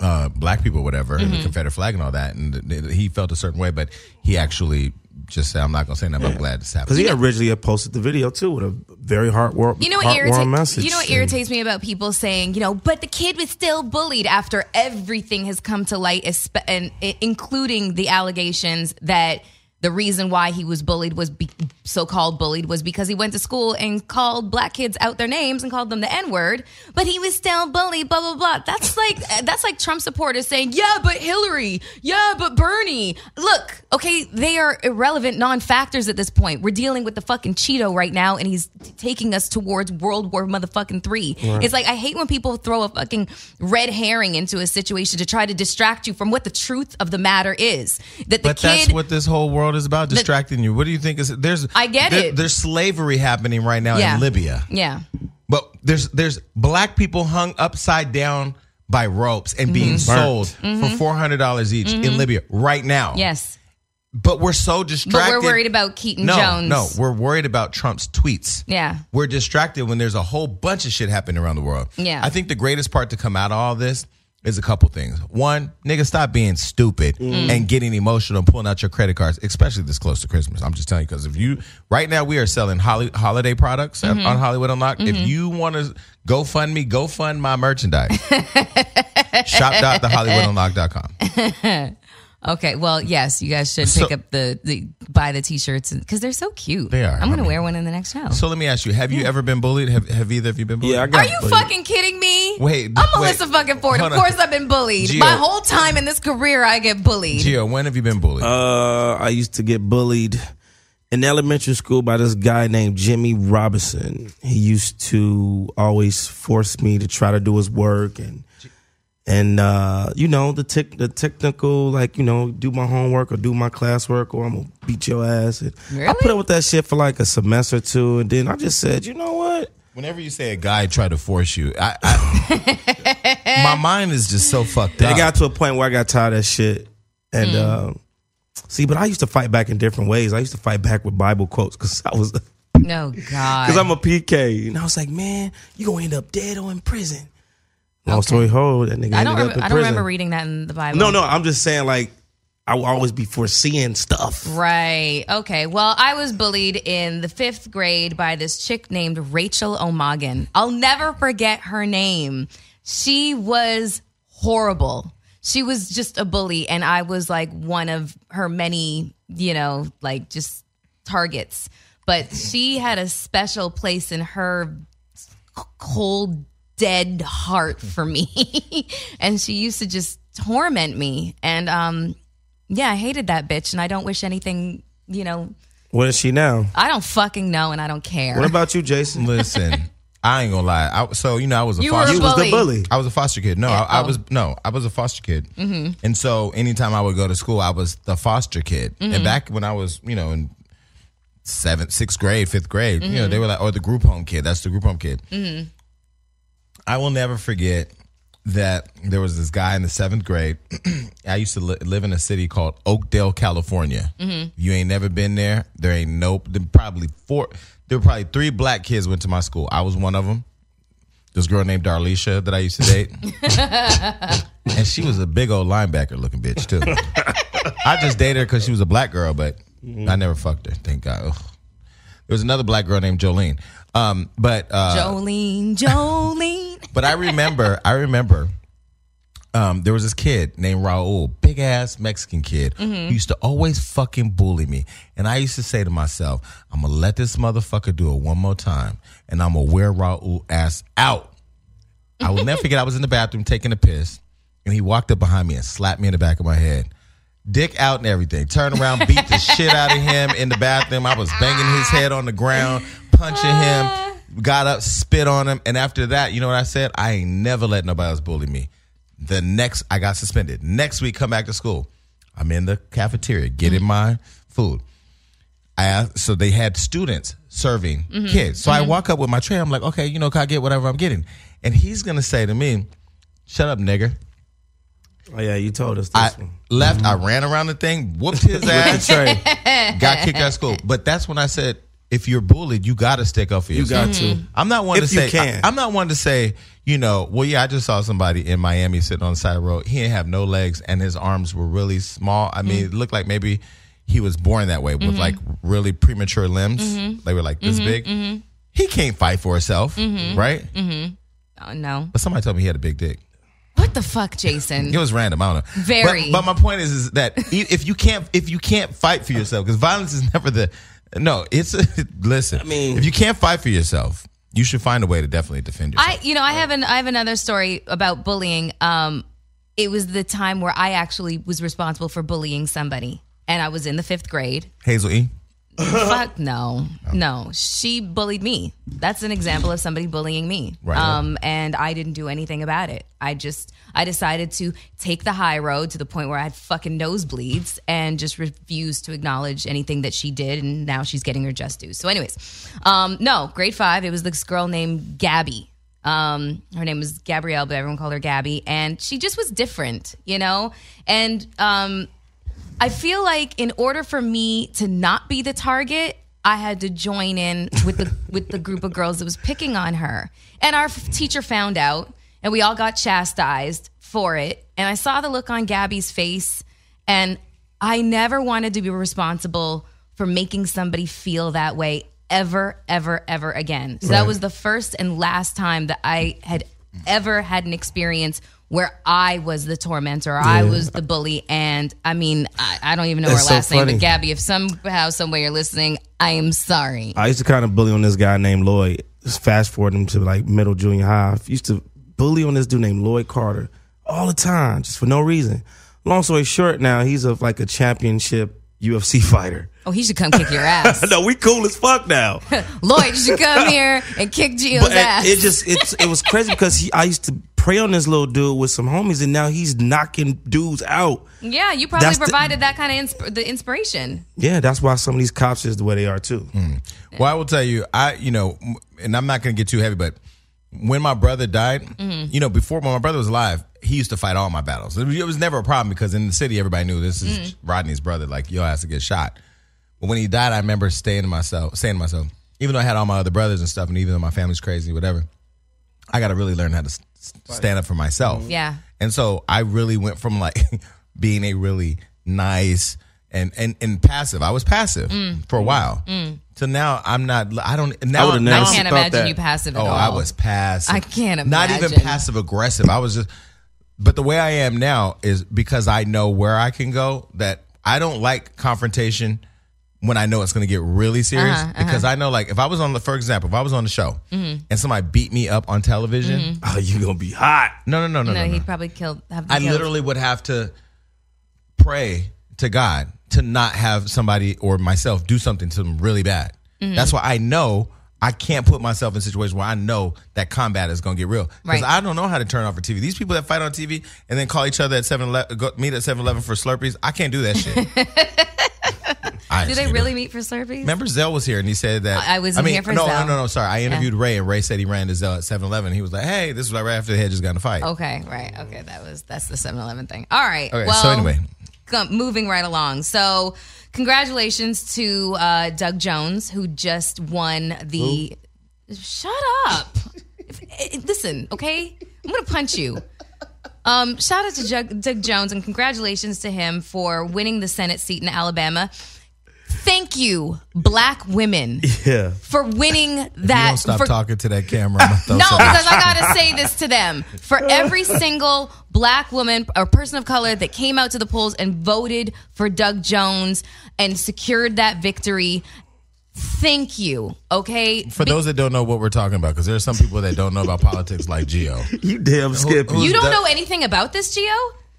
[SPEAKER 1] uh, black people, whatever, and the
[SPEAKER 2] Mm-hmm.
[SPEAKER 1] Confederate flag and all that. And th- th- he felt a certain way, but he actually just said, I'm not going to say nothing. I'm glad this happened.
[SPEAKER 3] because he originally had posted the video too with a very heartwarming,
[SPEAKER 2] You know what
[SPEAKER 3] heartwarming
[SPEAKER 2] irritates
[SPEAKER 3] message.
[SPEAKER 2] you know what irritates me about people saying you know but the kid was still bullied after everything has come to light, espe- and i- including the allegations that the reason why he was bullied was be- so-called bullied was because he went to school and called black kids out their names and called them the n-word but he was still bullied blah blah blah that's like that's like trump supporters saying yeah but hillary yeah but bernie look okay they are irrelevant non-factors at this point we're dealing with the fucking cheeto right now and he's t- taking us towards world war motherfucking three it's like i hate when people throw a fucking red herring into a situation to try to distract you from what the truth of the matter is that the
[SPEAKER 1] But
[SPEAKER 2] kid
[SPEAKER 1] that's what this whole world is about, distracting you. What do you think is there's
[SPEAKER 2] I get
[SPEAKER 1] there-
[SPEAKER 2] it.
[SPEAKER 1] There's slavery happening right now
[SPEAKER 2] Yeah.
[SPEAKER 1] in Libya.
[SPEAKER 2] yeah
[SPEAKER 1] But there's there's black people hung upside down by ropes and
[SPEAKER 2] Mm-hmm.
[SPEAKER 1] being sold for four hundred dollars each in Libya right now.
[SPEAKER 2] yes
[SPEAKER 1] But we're so
[SPEAKER 2] Mm-hmm. But
[SPEAKER 1] distracted.
[SPEAKER 2] we're worried about Keaton
[SPEAKER 1] no,
[SPEAKER 2] Jones.
[SPEAKER 1] No, we're worried about Trump's tweets.
[SPEAKER 2] Yeah.
[SPEAKER 1] We're distracted when there's a whole bunch of shit happening around the world.
[SPEAKER 2] Yeah.
[SPEAKER 1] I think the greatest part to come out of all this is a couple things. One, nigga, stop being stupid
[SPEAKER 2] Mm.
[SPEAKER 1] and getting emotional and pulling out your credit cards, especially this close to Christmas. I'm just telling you, because if you, right now, we are selling holly, holiday products at-
[SPEAKER 2] Mm-hmm.
[SPEAKER 1] on Hollywood Unlocked. If you want to go fund me, go fund my merchandise. Shop.thehollywoodunlocked.com.
[SPEAKER 2] Okay. Well, yes, you guys should
[SPEAKER 1] So-
[SPEAKER 2] pick up the, the buy the t-shirts because they're so cute.
[SPEAKER 1] They are.
[SPEAKER 2] I'm gonna
[SPEAKER 1] I mean-
[SPEAKER 2] wear one in the next show.
[SPEAKER 1] So let me ask you, have you ever been bullied? Have, have either of you been bullied?
[SPEAKER 3] Yeah, I got
[SPEAKER 2] are you
[SPEAKER 3] Wait.
[SPEAKER 2] fucking kidding me?
[SPEAKER 1] Wait,
[SPEAKER 2] I'm
[SPEAKER 1] wait.
[SPEAKER 2] Melissa fucking Ford. Of
[SPEAKER 1] Hold on.
[SPEAKER 2] course, I've been bullied.
[SPEAKER 1] Gio.
[SPEAKER 2] My whole time in this career, I get bullied.
[SPEAKER 1] Gio, when have you been bullied?
[SPEAKER 3] Uh, I used to get bullied in elementary school by this guy named Jimmy Robinson. He used to always force me to try to do his work and and uh, you know the tech the technical like you know do my homework or do my classwork or I'm gonna beat your ass. And I put
[SPEAKER 2] Really?
[SPEAKER 3] up with that shit for like a semester or two, and then I just said, you know what?
[SPEAKER 1] Whenever you say a guy tried to force you, I, I my mind is just so fucked
[SPEAKER 3] It
[SPEAKER 1] up.
[SPEAKER 3] got to a point where I got tired of that shit. And um see, but I used to fight back in different ways. I used to fight back with Bible quotes because I was
[SPEAKER 2] No God.
[SPEAKER 3] because I'm a PK. And I was like, man, you gonna end up dead or in prison. Long story whole, that nigga
[SPEAKER 2] I
[SPEAKER 3] ended
[SPEAKER 2] don't. Rem-
[SPEAKER 3] up in
[SPEAKER 2] I don't
[SPEAKER 3] prison.
[SPEAKER 2] remember reading that in the Bible.
[SPEAKER 3] no, no, I'm just saying like I will always be foreseeing stuff.
[SPEAKER 2] Right. Okay. Well, I was bullied in the fifth grade by this chick named Rachel O'Magan. I'll never forget her name. She was horrible. She was just a bully, and I was like one of her many, you know, like just targets. But she had a special place in her cold dead heart for me and she used to just torment me and um yeah i hated that bitch and i don't wish anything you know
[SPEAKER 3] What is she now?
[SPEAKER 2] i don't fucking know and i don't care
[SPEAKER 3] What about you, Jason?
[SPEAKER 1] Listen, I ain't gonna lie. I, so you know, I was a
[SPEAKER 2] You
[SPEAKER 1] foster.
[SPEAKER 2] were
[SPEAKER 3] You was the bully.
[SPEAKER 1] I was a foster kid. No, I, I
[SPEAKER 2] oh.
[SPEAKER 1] was no, I was a foster kid. And so anytime I would go to school, I was the foster kid. And back when I was, you know, in seventh, sixth grade, fifth grade, you know, they were like, "Oh, the group home kid." That's the group home kid. I will never forget that there was this guy in the seventh grade. I used to li- live in a city called Oakdale, California. You ain't never been there. There ain't nope. There probably four. There were probably three black kids went to my school. I was one of them. This girl named Darlisha that I used to date, and she was a big old linebacker looking bitch too. I just dated her because she was a black girl, but I never fucked her. Thank God. Ugh. There was another black girl named Jolene, um, but uh,
[SPEAKER 2] jolene jolene
[SPEAKER 1] but I remember, I remember, um, there was this kid named Raul, big ass Mexican kid, who used to always fucking bully me. And I used to say to myself, I'm gonna let this motherfucker do it one more time, and I'm gonna wear Raul ass out. I will never forget. I was in the bathroom taking a piss, and he walked up behind me and slapped me in the back of my head. Dick out and everything. Turned around, beat the shit out of him in the bathroom. I was banging his head on the ground, punching him. Got up, spit on him, and after that, you know what I said? I ain't never let nobody else bully me. The next, I got suspended. Next week, come back to school. I'm in the cafeteria getting my food. I asked, so they had students serving kids. So I walk up with my tray. I'm like, okay, you know, can I get whatever I'm getting? And he's gonna say to me, "Shut up, nigga."
[SPEAKER 3] Oh yeah, you told us this
[SPEAKER 1] I
[SPEAKER 3] one.
[SPEAKER 1] left. I ran around the thing, whooped his ass,
[SPEAKER 3] Trey,
[SPEAKER 1] got kicked out of school. But that's when I said, if you're bullied, you got to stick up for
[SPEAKER 3] you
[SPEAKER 1] yourself.
[SPEAKER 3] got
[SPEAKER 2] Mm-hmm.
[SPEAKER 3] to.
[SPEAKER 1] I'm not one
[SPEAKER 3] If
[SPEAKER 1] to
[SPEAKER 3] you
[SPEAKER 1] say.
[SPEAKER 3] can.
[SPEAKER 1] I, am not one to say. You know, well, yeah, I just saw somebody in Miami sitting on the side of the road. He didn't have no legs, and his arms were really small. I mean, it looked like maybe he was born that way with like really premature limbs. They were like this big. He can't fight for himself, right?
[SPEAKER 2] oh no
[SPEAKER 1] But somebody told me he had a big dick.
[SPEAKER 2] What the fuck, Jason?
[SPEAKER 1] It was random. I don't know.
[SPEAKER 2] Very.
[SPEAKER 1] But, but my point is, is that e- if you can't, if you can't fight for yourself, because violence is never the. No, it's a, listen. I
[SPEAKER 3] mean-
[SPEAKER 1] if you can't fight for yourself, you should find a way to definitely defend yourself.
[SPEAKER 2] I, you know, I have an I have another story about bullying. Um, it was the time where I actually was responsible for bullying somebody, and I was in the fifth grade.
[SPEAKER 1] Hazel E.
[SPEAKER 2] Fuck no, no, she bullied me. That's an example of somebody bullying me.
[SPEAKER 1] Right.
[SPEAKER 2] Um, and I didn't do anything about it. I just I decided to take the high road to the point where I had fucking nosebleeds and just refused to acknowledge anything that she did. And now she's getting her just due. So, anyways, um, no, grade five. It was this girl named Gabby. Um, her name was Gabrielle, but everyone called her Gabby, and she just was different, you know. And um, I feel like in order for me to not be the target, I had to join in with the with the group of girls that was picking on her. And our f- teacher found out, and we all got chastised for it. And I saw the look on Gabby's face, and I never wanted to be responsible for making somebody feel that way ever, ever, ever again. So that was the first and last time that I had ever had an experience where I was the tormentor, I was the bully, and I mean, I, I don't even know
[SPEAKER 3] That's
[SPEAKER 2] her
[SPEAKER 3] so
[SPEAKER 2] last name,
[SPEAKER 3] funny.
[SPEAKER 2] but Gabby, if somehow, somewhere you're listening, I am sorry.
[SPEAKER 3] I used to kind of bully on this guy named Lloyd. Just fast forward him to like middle junior high. I used to bully on this dude named Lloyd Carter all the time, just for no reason. Long story short, now he's of like a championship UFC fighter.
[SPEAKER 2] Oh, he should come kick your ass.
[SPEAKER 3] No, we cool as fuck now.
[SPEAKER 2] Lloyd, you should come here and kick Gio's
[SPEAKER 3] But
[SPEAKER 2] ass.
[SPEAKER 3] it, it just it's it was crazy because he I used to prey on this little dude with some homies, and now he's knocking dudes out.
[SPEAKER 2] yeah, you probably
[SPEAKER 3] That's the-
[SPEAKER 2] provided that kind of insp- the inspiration.
[SPEAKER 3] Yeah, that's why some of these cops is the way they are too.
[SPEAKER 1] Hmm. Well, I will tell you, I you know, m- and I'm not going to get too heavy, but when my brother died, you know, before when my brother was alive, he used to fight all my battles. It was, it was never a problem because in the city, everybody knew this is Rodney's brother. Like, yo, has to get shot. But when he died, I remember staying to myself, saying to myself, even though I had all my other brothers and stuff, and even though my family's crazy, whatever, I got to really learn how to s- s- stand up for myself.
[SPEAKER 2] Yeah.
[SPEAKER 1] And so I really went from like being a really nice and and and passive. I was passive
[SPEAKER 2] Mm.
[SPEAKER 1] for a while. So now I'm not. I don't. Now
[SPEAKER 3] would've
[SPEAKER 1] now
[SPEAKER 2] I
[SPEAKER 3] never
[SPEAKER 1] I'm-
[SPEAKER 2] can't
[SPEAKER 3] thought
[SPEAKER 2] imagine
[SPEAKER 3] that-
[SPEAKER 2] you passive at
[SPEAKER 1] Oh,
[SPEAKER 2] all.
[SPEAKER 1] I was passive.
[SPEAKER 2] I can't
[SPEAKER 1] Not even
[SPEAKER 2] imagine.
[SPEAKER 1] passive aggressive. I was just. But the way I am now is because I know where I can go. That I don't like confrontation when I know it's going to get really
[SPEAKER 2] Uh-huh,
[SPEAKER 1] serious. Because I know, like, if I was on the, for example, if I was on the show
[SPEAKER 2] Mm-hmm.
[SPEAKER 1] and somebody beat me up on television,
[SPEAKER 3] Oh, you gonna be hot.
[SPEAKER 1] no, no, no, no,
[SPEAKER 2] No,
[SPEAKER 1] no, no.
[SPEAKER 2] he'd probably kill. Have
[SPEAKER 1] I
[SPEAKER 2] killed.
[SPEAKER 1] literally would have to pray to God to not have somebody or myself do something to them really bad.
[SPEAKER 2] Mm-hmm.
[SPEAKER 1] That's why I know I can't put myself in situations where I know that combat is going to get real. Because
[SPEAKER 2] Right.
[SPEAKER 1] I don't know how to turn off a TV. These people that fight on TV and then call each other at 7 Eleven, meet at 7 Eleven for Slurpees, I can't do that shit. I
[SPEAKER 2] Do
[SPEAKER 1] just
[SPEAKER 2] they
[SPEAKER 1] can't do it.
[SPEAKER 2] really meet for Slurpees?
[SPEAKER 1] Remember Zell was here and he said that
[SPEAKER 2] I- I wasn't here for
[SPEAKER 1] no, No,
[SPEAKER 2] Zell.
[SPEAKER 1] no, no, sorry. I interviewed Ray and Ray said he ran to Zell at 7-Eleven. He was like, "Hey, this was like right after they had just gotten in a fight."
[SPEAKER 2] Okay, right. Okay, that was that's the 7-Eleven thing. All right.
[SPEAKER 1] Okay, so
[SPEAKER 2] well,
[SPEAKER 1] anyway.
[SPEAKER 2] go- moving right along. So, congratulations to uh, Doug Jones who just won the. Shut up! If- eh, Listen, okay, I'm gonna punch you. Um, shout out to Jug- Doug Jones and congratulations to him for winning the Senate seat in Alabama. Thank you, black women,
[SPEAKER 3] Yeah.
[SPEAKER 2] for winning
[SPEAKER 1] You
[SPEAKER 2] that.
[SPEAKER 1] don't stop
[SPEAKER 2] for-
[SPEAKER 1] talking to that camera. I'm gonna throw
[SPEAKER 2] no,
[SPEAKER 1] something.
[SPEAKER 2] because I gotta say this to them. For every single black woman or person of color that came out to the polls and voted for Doug Jones and secured that victory, thank you. Okay.
[SPEAKER 1] For those that don't know what we're talking about, because there are some people that don't know about politics like Geo.
[SPEAKER 3] You damn skippy.
[SPEAKER 1] who's-
[SPEAKER 2] you don't
[SPEAKER 1] Doug-
[SPEAKER 2] know anything about this, Geo?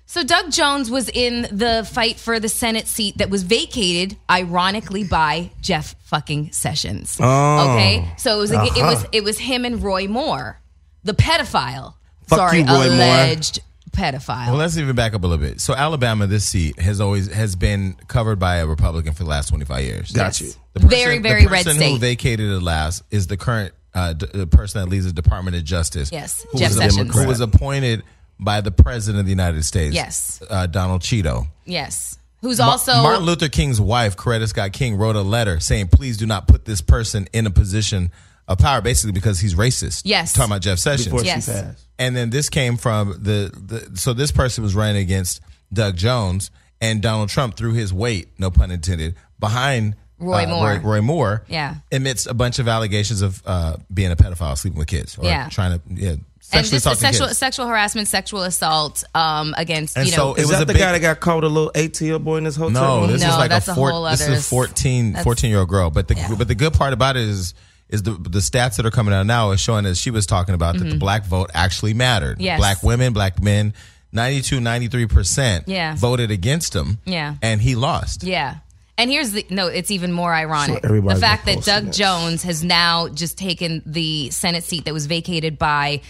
[SPEAKER 2] So Doug Jones was in the fight for the Senate seat that was vacated, ironically, by Jeff fucking Sessions.
[SPEAKER 3] Oh. Uh-huh.
[SPEAKER 2] Okay, so it was it was it was him and Roy Moore, the pedophile.
[SPEAKER 3] Fuck
[SPEAKER 2] Sorry,
[SPEAKER 3] you, Roy Moore.
[SPEAKER 2] alleged pedophile.
[SPEAKER 1] Well, let's even back up a little bit. So Alabama, this seat has always has been covered by a Republican for the last 25 years.
[SPEAKER 3] Got
[SPEAKER 2] Yes.
[SPEAKER 3] you.
[SPEAKER 1] The person-
[SPEAKER 2] very,
[SPEAKER 1] the
[SPEAKER 2] very red
[SPEAKER 1] person who
[SPEAKER 2] state.
[SPEAKER 1] vacated it last is the current uh, d- the person that leads the Department of Justice.
[SPEAKER 2] Yes,
[SPEAKER 1] who
[SPEAKER 2] Jeff
[SPEAKER 1] was a
[SPEAKER 2] Sessions.
[SPEAKER 1] Democrat, who was appointed by the President of the United States.
[SPEAKER 2] Yes.
[SPEAKER 1] uh, Donald Cheeto.
[SPEAKER 2] yes, who's also
[SPEAKER 1] Martin Luther King's wife, Coretta Scott King, wrote a letter saying, "Please do not put this person in a position of power," basically because he's racist.
[SPEAKER 2] Yes.
[SPEAKER 1] talking about Jeff Sessions.
[SPEAKER 3] Before
[SPEAKER 2] Yes.
[SPEAKER 3] she passed.
[SPEAKER 1] And then this came from the, the so this person was running against Doug Jones and Donald Trump threw his weight, no pun intended, behind
[SPEAKER 2] Roy
[SPEAKER 1] uh,
[SPEAKER 2] Moore.
[SPEAKER 1] Roy, Roy Moore,
[SPEAKER 2] Yeah.
[SPEAKER 1] amidst a bunch of allegations of uh, being a pedophile, sleeping with kids, or
[SPEAKER 2] Yeah.
[SPEAKER 1] trying to yeah,
[SPEAKER 2] and
[SPEAKER 1] sexually
[SPEAKER 2] just the
[SPEAKER 1] assaulting
[SPEAKER 2] sexual
[SPEAKER 1] kids.
[SPEAKER 2] sexual harassment, sexual assault um, against
[SPEAKER 1] And
[SPEAKER 2] you
[SPEAKER 1] so
[SPEAKER 2] know.
[SPEAKER 1] it
[SPEAKER 3] Is
[SPEAKER 1] was a
[SPEAKER 3] that the
[SPEAKER 1] big-
[SPEAKER 3] guy that got caught with a little ATL boy in his hotel
[SPEAKER 1] No,
[SPEAKER 3] room?
[SPEAKER 1] this
[SPEAKER 2] No,
[SPEAKER 1] is like
[SPEAKER 2] that's
[SPEAKER 1] a,
[SPEAKER 2] a
[SPEAKER 1] four,
[SPEAKER 2] whole
[SPEAKER 1] this
[SPEAKER 2] other-
[SPEAKER 1] is a 14,
[SPEAKER 2] that's-
[SPEAKER 1] 14 year old girl. But the
[SPEAKER 2] Yeah.
[SPEAKER 1] but the good part about it is is the the stats that are coming out now is showing as she was talking about that the black vote actually mattered.
[SPEAKER 2] Mm-hmm. Yes.
[SPEAKER 1] Black women, black men, 92, 93 percent
[SPEAKER 2] Yeah.
[SPEAKER 1] voted against him.
[SPEAKER 2] Yeah.
[SPEAKER 1] and he lost.
[SPEAKER 2] Yeah. And here's the no, it's even more ironic.
[SPEAKER 3] So everybody's
[SPEAKER 2] the fact
[SPEAKER 3] been
[SPEAKER 2] that
[SPEAKER 3] posting
[SPEAKER 2] Doug
[SPEAKER 3] this.
[SPEAKER 2] Jones has now just taken the Senate seat that was vacated by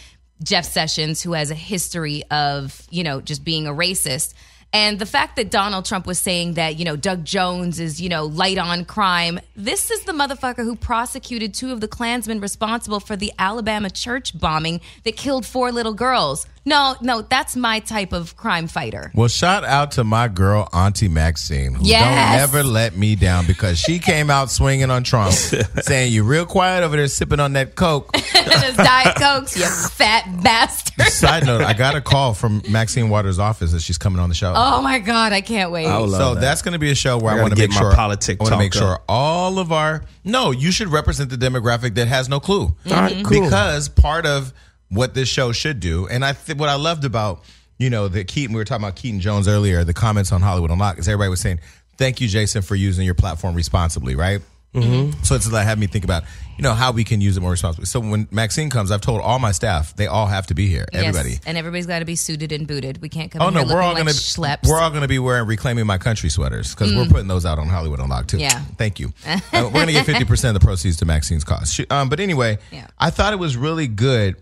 [SPEAKER 2] Jeff Sessions, who has a history of, you know, just being a racist. And the fact that Donald Trump was saying that, you know, Doug Jones is, you know, light on crime. This is the motherfucker who prosecuted two of the Klansmen responsible for the Alabama church bombing that killed four little girls. No, no, that's my type of crime fighter.
[SPEAKER 1] Well, shout out to my girl Auntie Maxine, who
[SPEAKER 2] Yes.
[SPEAKER 1] don't never let me down because she came out swinging on Trump, saying you real quiet over there sipping on that Coke.
[SPEAKER 2] Those Diet Cokes, you fat bastard.
[SPEAKER 1] Side note: I got a call from Maxine Waters' office that she's coming on the show.
[SPEAKER 2] Oh my God, I can't wait.
[SPEAKER 3] I would love
[SPEAKER 1] so
[SPEAKER 3] that.
[SPEAKER 1] that's going to be a show where I,
[SPEAKER 3] gotta
[SPEAKER 1] want to
[SPEAKER 3] get
[SPEAKER 1] make
[SPEAKER 3] my
[SPEAKER 1] sure
[SPEAKER 3] politic
[SPEAKER 1] I want to
[SPEAKER 3] talk
[SPEAKER 1] make sure
[SPEAKER 3] up.
[SPEAKER 1] all of our no, you should represent the demographic that has no clue. Mm-hmm.
[SPEAKER 3] All right, cool.
[SPEAKER 1] Because part of what this show should do, and I th- what I loved about you know the Keaton, we were talking about Keaton Jones earlier. The comments on Hollywood Unlocked is everybody was saying, "Thank you, Jason, for using your platform responsibly." Right. Mm-hmm. So it's like had me think about you know how we can use it more responsibly. So when Maxine comes, I've told all my staff they all have to be here.
[SPEAKER 2] Yes,
[SPEAKER 1] Everybody.
[SPEAKER 2] and everybody's got to be suited and booted. We can't come
[SPEAKER 1] Oh
[SPEAKER 2] in
[SPEAKER 1] no,
[SPEAKER 2] here looking
[SPEAKER 1] we're all
[SPEAKER 2] like
[SPEAKER 1] gonna
[SPEAKER 2] schleps. Mm.
[SPEAKER 1] we're all gonna be wearing reclaiming my country sweaters because we're putting those out on Hollywood Unlocked too.
[SPEAKER 2] Yeah.
[SPEAKER 1] thank you. Uh, we're gonna get fifty percent of the proceeds to Maxine's cause. She- Um, but anyway,
[SPEAKER 2] Yeah.
[SPEAKER 1] I thought it was really good.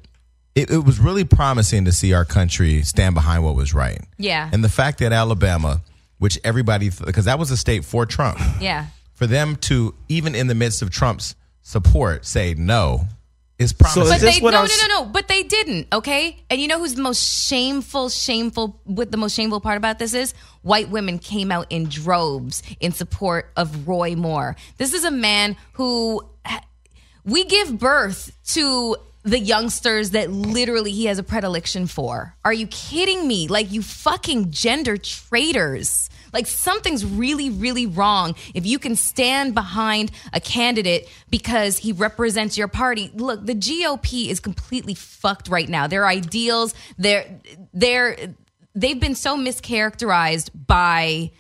[SPEAKER 1] It, it was really promising to see our country stand behind what was right,
[SPEAKER 2] yeah,
[SPEAKER 1] and the fact that Alabama, which everybody because that was a state for Trump,
[SPEAKER 2] yeah,
[SPEAKER 1] for them to even in the midst of Trump's support say no is promising.
[SPEAKER 3] it's
[SPEAKER 2] but
[SPEAKER 3] Is this
[SPEAKER 2] they no,
[SPEAKER 3] what I
[SPEAKER 2] no,
[SPEAKER 3] was-
[SPEAKER 2] no, no. But they didn't. Okay, and you know who's the most shameful, shameful? What the most shameful part about this is? White women came out in droves in support of Roy Moore. This is a man who we give birth to the youngsters that literally he has a predilection for. Are you kidding me? Like, you fucking gender traitors. Like, something's really, really wrong if you can stand behind a candidate because he represents your party. Look, the GOP is completely fucked right now. Their ideals, their, their, they've been so mischaracterized by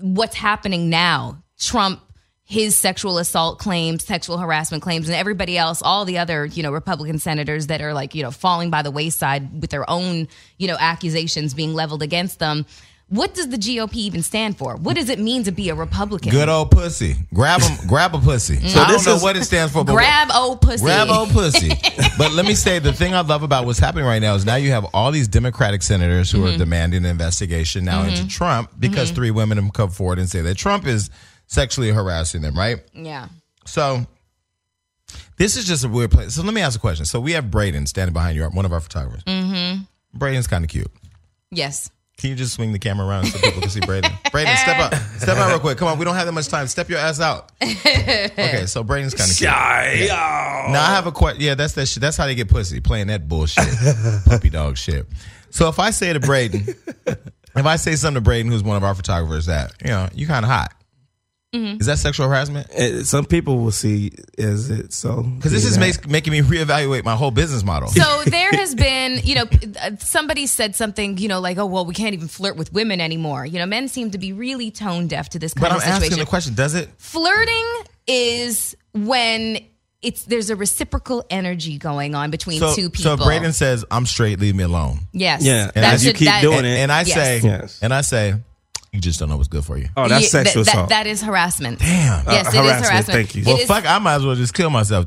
[SPEAKER 2] what's happening now. Trump, his sexual assault claims, sexual harassment claims, and everybody else, all the other, you know, Republican senators that are like, you know, falling by the wayside with their own, you know, accusations being leveled against them. What does the GOP even stand for? What does it mean to be a Republican?
[SPEAKER 1] Good old pussy. Grab 'em- grab a pussy. So I don't
[SPEAKER 3] this
[SPEAKER 1] know
[SPEAKER 3] is-
[SPEAKER 1] what it stands for. But
[SPEAKER 2] Grab old pussy.
[SPEAKER 1] Grab old pussy. but let me say the thing I love about what's happening right now is now you have all these Democratic senators who are demanding an investigation now into Trump because three women have come forward and say that Trump is sexually harassing them, right?
[SPEAKER 2] Yeah.
[SPEAKER 1] So this is just a weird place. So let me ask a question. So we have Braden standing behind you, one of our photographers. Mm-hmm. Braden's kind of cute.
[SPEAKER 2] Yes.
[SPEAKER 1] Can you just swing the camera around so people can see Braden? Braden, step up. Step out real quick. Come on, we don't have that much time. Step your ass out. Okay, so Braden's kind of cute.
[SPEAKER 3] Shy. oh.
[SPEAKER 1] Now I have a question. Yeah, that's that. Shit. That's how they get pussy playing that bullshit, puppy dog shit. So if I say to Braden, if I say something to Braden, who's one of our photographers, that you know you kind of hot,
[SPEAKER 2] Mm-hmm.
[SPEAKER 1] is that sexual harassment?
[SPEAKER 3] Uh, Some people will see as it so
[SPEAKER 1] Because this is makes, making me reevaluate my whole business model.
[SPEAKER 2] So there has been, you know, p- uh, somebody said something, you know, like, oh, well, we can't even flirt with women anymore. You know, men seem to be really tone deaf to this kind
[SPEAKER 1] but I'm
[SPEAKER 2] of situation.
[SPEAKER 1] asking the question: Does it?
[SPEAKER 2] flirting is when it's there's a reciprocal energy going on between
[SPEAKER 1] So,
[SPEAKER 2] two
[SPEAKER 1] so
[SPEAKER 2] people.
[SPEAKER 1] if Braden says I'm straight, leave me alone,
[SPEAKER 2] yes,
[SPEAKER 3] Yeah, and
[SPEAKER 2] That
[SPEAKER 3] as you
[SPEAKER 2] should-
[SPEAKER 3] keep
[SPEAKER 2] that-
[SPEAKER 3] doing
[SPEAKER 1] and,
[SPEAKER 3] it-
[SPEAKER 1] and I
[SPEAKER 2] Yes.
[SPEAKER 1] say,
[SPEAKER 3] Yes.
[SPEAKER 1] and I say, you just don't know what's good for you.
[SPEAKER 3] Oh, that's
[SPEAKER 2] Yeah,
[SPEAKER 3] sexual
[SPEAKER 2] that,
[SPEAKER 3] assault.
[SPEAKER 2] That, that is harassment.
[SPEAKER 1] Damn.
[SPEAKER 2] Yes,
[SPEAKER 3] Uh,
[SPEAKER 2] it is
[SPEAKER 3] harassment,
[SPEAKER 2] harassment.
[SPEAKER 3] thank you.
[SPEAKER 2] It
[SPEAKER 1] Well,
[SPEAKER 2] is-
[SPEAKER 1] fuck, I might as well just kill myself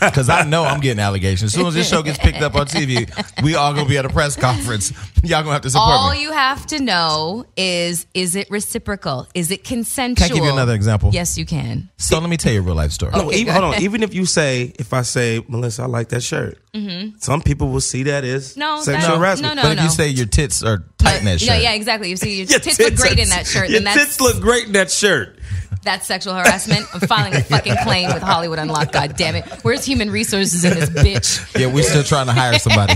[SPEAKER 1] because I know I'm getting allegations. As soon as this show gets picked up on TV, we all gonna be at a press conference. Y'all gonna have to support
[SPEAKER 2] All
[SPEAKER 1] me.
[SPEAKER 2] you have to know is is it reciprocal? Is it consensual?
[SPEAKER 1] Can I give you another example?
[SPEAKER 2] Yes, you can.
[SPEAKER 1] So let me tell you a real life
[SPEAKER 2] Oh,
[SPEAKER 1] story.
[SPEAKER 3] No, even, hold on. Even if you say, if I say, Melissa, I like that shirt, some people will see that as
[SPEAKER 2] Mm-hmm. No,
[SPEAKER 3] sexual
[SPEAKER 2] that-
[SPEAKER 3] harassment.
[SPEAKER 2] no,
[SPEAKER 1] but
[SPEAKER 2] no.
[SPEAKER 1] if you say your tits are tight in that shirt,
[SPEAKER 2] No, yeah, exactly. You see, your,
[SPEAKER 3] Your
[SPEAKER 2] tits, look great
[SPEAKER 3] are-
[SPEAKER 2] in that shirt,
[SPEAKER 3] Your
[SPEAKER 2] and that's
[SPEAKER 3] tits look great in that shirt.
[SPEAKER 2] That's sexual harassment. I'm filing a fucking claim with Hollywood Unlocked. God damn it. Where's human resources in this bitch?
[SPEAKER 1] yeah, we're still trying to hire somebody.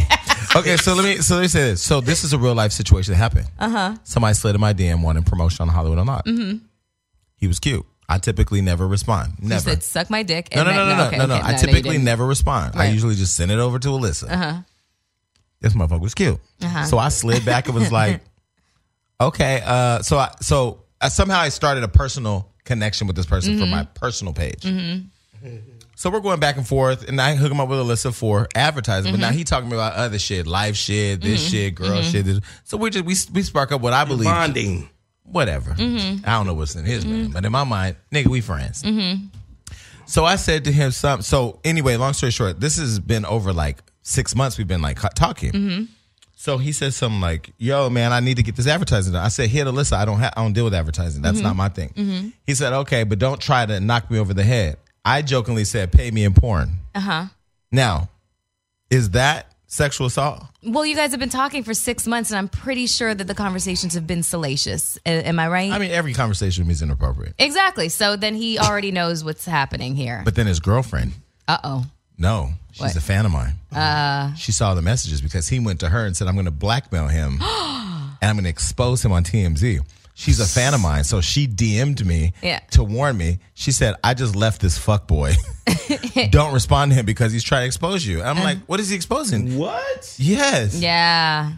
[SPEAKER 1] Okay, so let me so let me say this. So this is a real life
[SPEAKER 2] Uh-huh.
[SPEAKER 1] situation that happened. Uh huh. Somebody slid in my DM wanting promotion on Hollywood Unlocked. Mm-hmm. He was cute. I typically never respond. Never.
[SPEAKER 2] You said suck my dick.
[SPEAKER 1] No,
[SPEAKER 2] And
[SPEAKER 1] no, no, no,
[SPEAKER 2] then-
[SPEAKER 1] no,
[SPEAKER 2] okay,
[SPEAKER 1] no, no.
[SPEAKER 2] okay.
[SPEAKER 1] I
[SPEAKER 2] you
[SPEAKER 1] typically
[SPEAKER 2] didn't.
[SPEAKER 1] never respond. I
[SPEAKER 2] Right.
[SPEAKER 1] usually just send it over to Alyssa. Uh-huh. This motherfucker was cute.
[SPEAKER 2] Uh-huh.
[SPEAKER 1] So I slid back and was like, okay. Uh, so I so uh, somehow I started a personal connection with this person
[SPEAKER 2] Mm-hmm.
[SPEAKER 1] from my personal page. So we're going back and forth, and I hook him up with Alyssa for advertising. But now
[SPEAKER 2] Mm-hmm.
[SPEAKER 1] he talking about other shit, life shit, this shit, girl shit. This. So we just we we spark up what I believe
[SPEAKER 3] Bonding.
[SPEAKER 1] whatever. I don't know what's in his mind, but in my mind, nigga, we friends. So I said to him some. So anyway, long story short, this has been over like six months. We've been like co- talking. So he said something like, "Yo, man, I need to get this advertising done." I said, "Here, Alyssa, I don't, ha- I don't deal with advertising. That's not my thing." He said, "Okay, but don't try to knock me over the head." I jokingly said, "Pay me in porn." Uh huh. Now, is that sexual assault?
[SPEAKER 2] Well, you guys have been talking for six months, and I'm pretty sure that the conversations have been salacious. A- Am I right?
[SPEAKER 1] I mean, every conversation with me is inappropriate.
[SPEAKER 2] exactly. So then he already knows what's happening here.
[SPEAKER 1] But then his girlfriend.
[SPEAKER 2] Uh oh.
[SPEAKER 1] No, she's a fan of mine.
[SPEAKER 2] Uh,
[SPEAKER 1] she saw the messages because he went to her and said, I'm going to blackmail him and I'm going to expose him on TMZ. She's a fan of mine. So she DM'd me
[SPEAKER 2] Yeah.
[SPEAKER 1] to warn me. She said, I just left this fuckboy. Don't respond to him because he's trying to expose you. I'm like, what is he exposing?
[SPEAKER 3] What?
[SPEAKER 1] Yes.
[SPEAKER 2] Uh-huh. Yeah.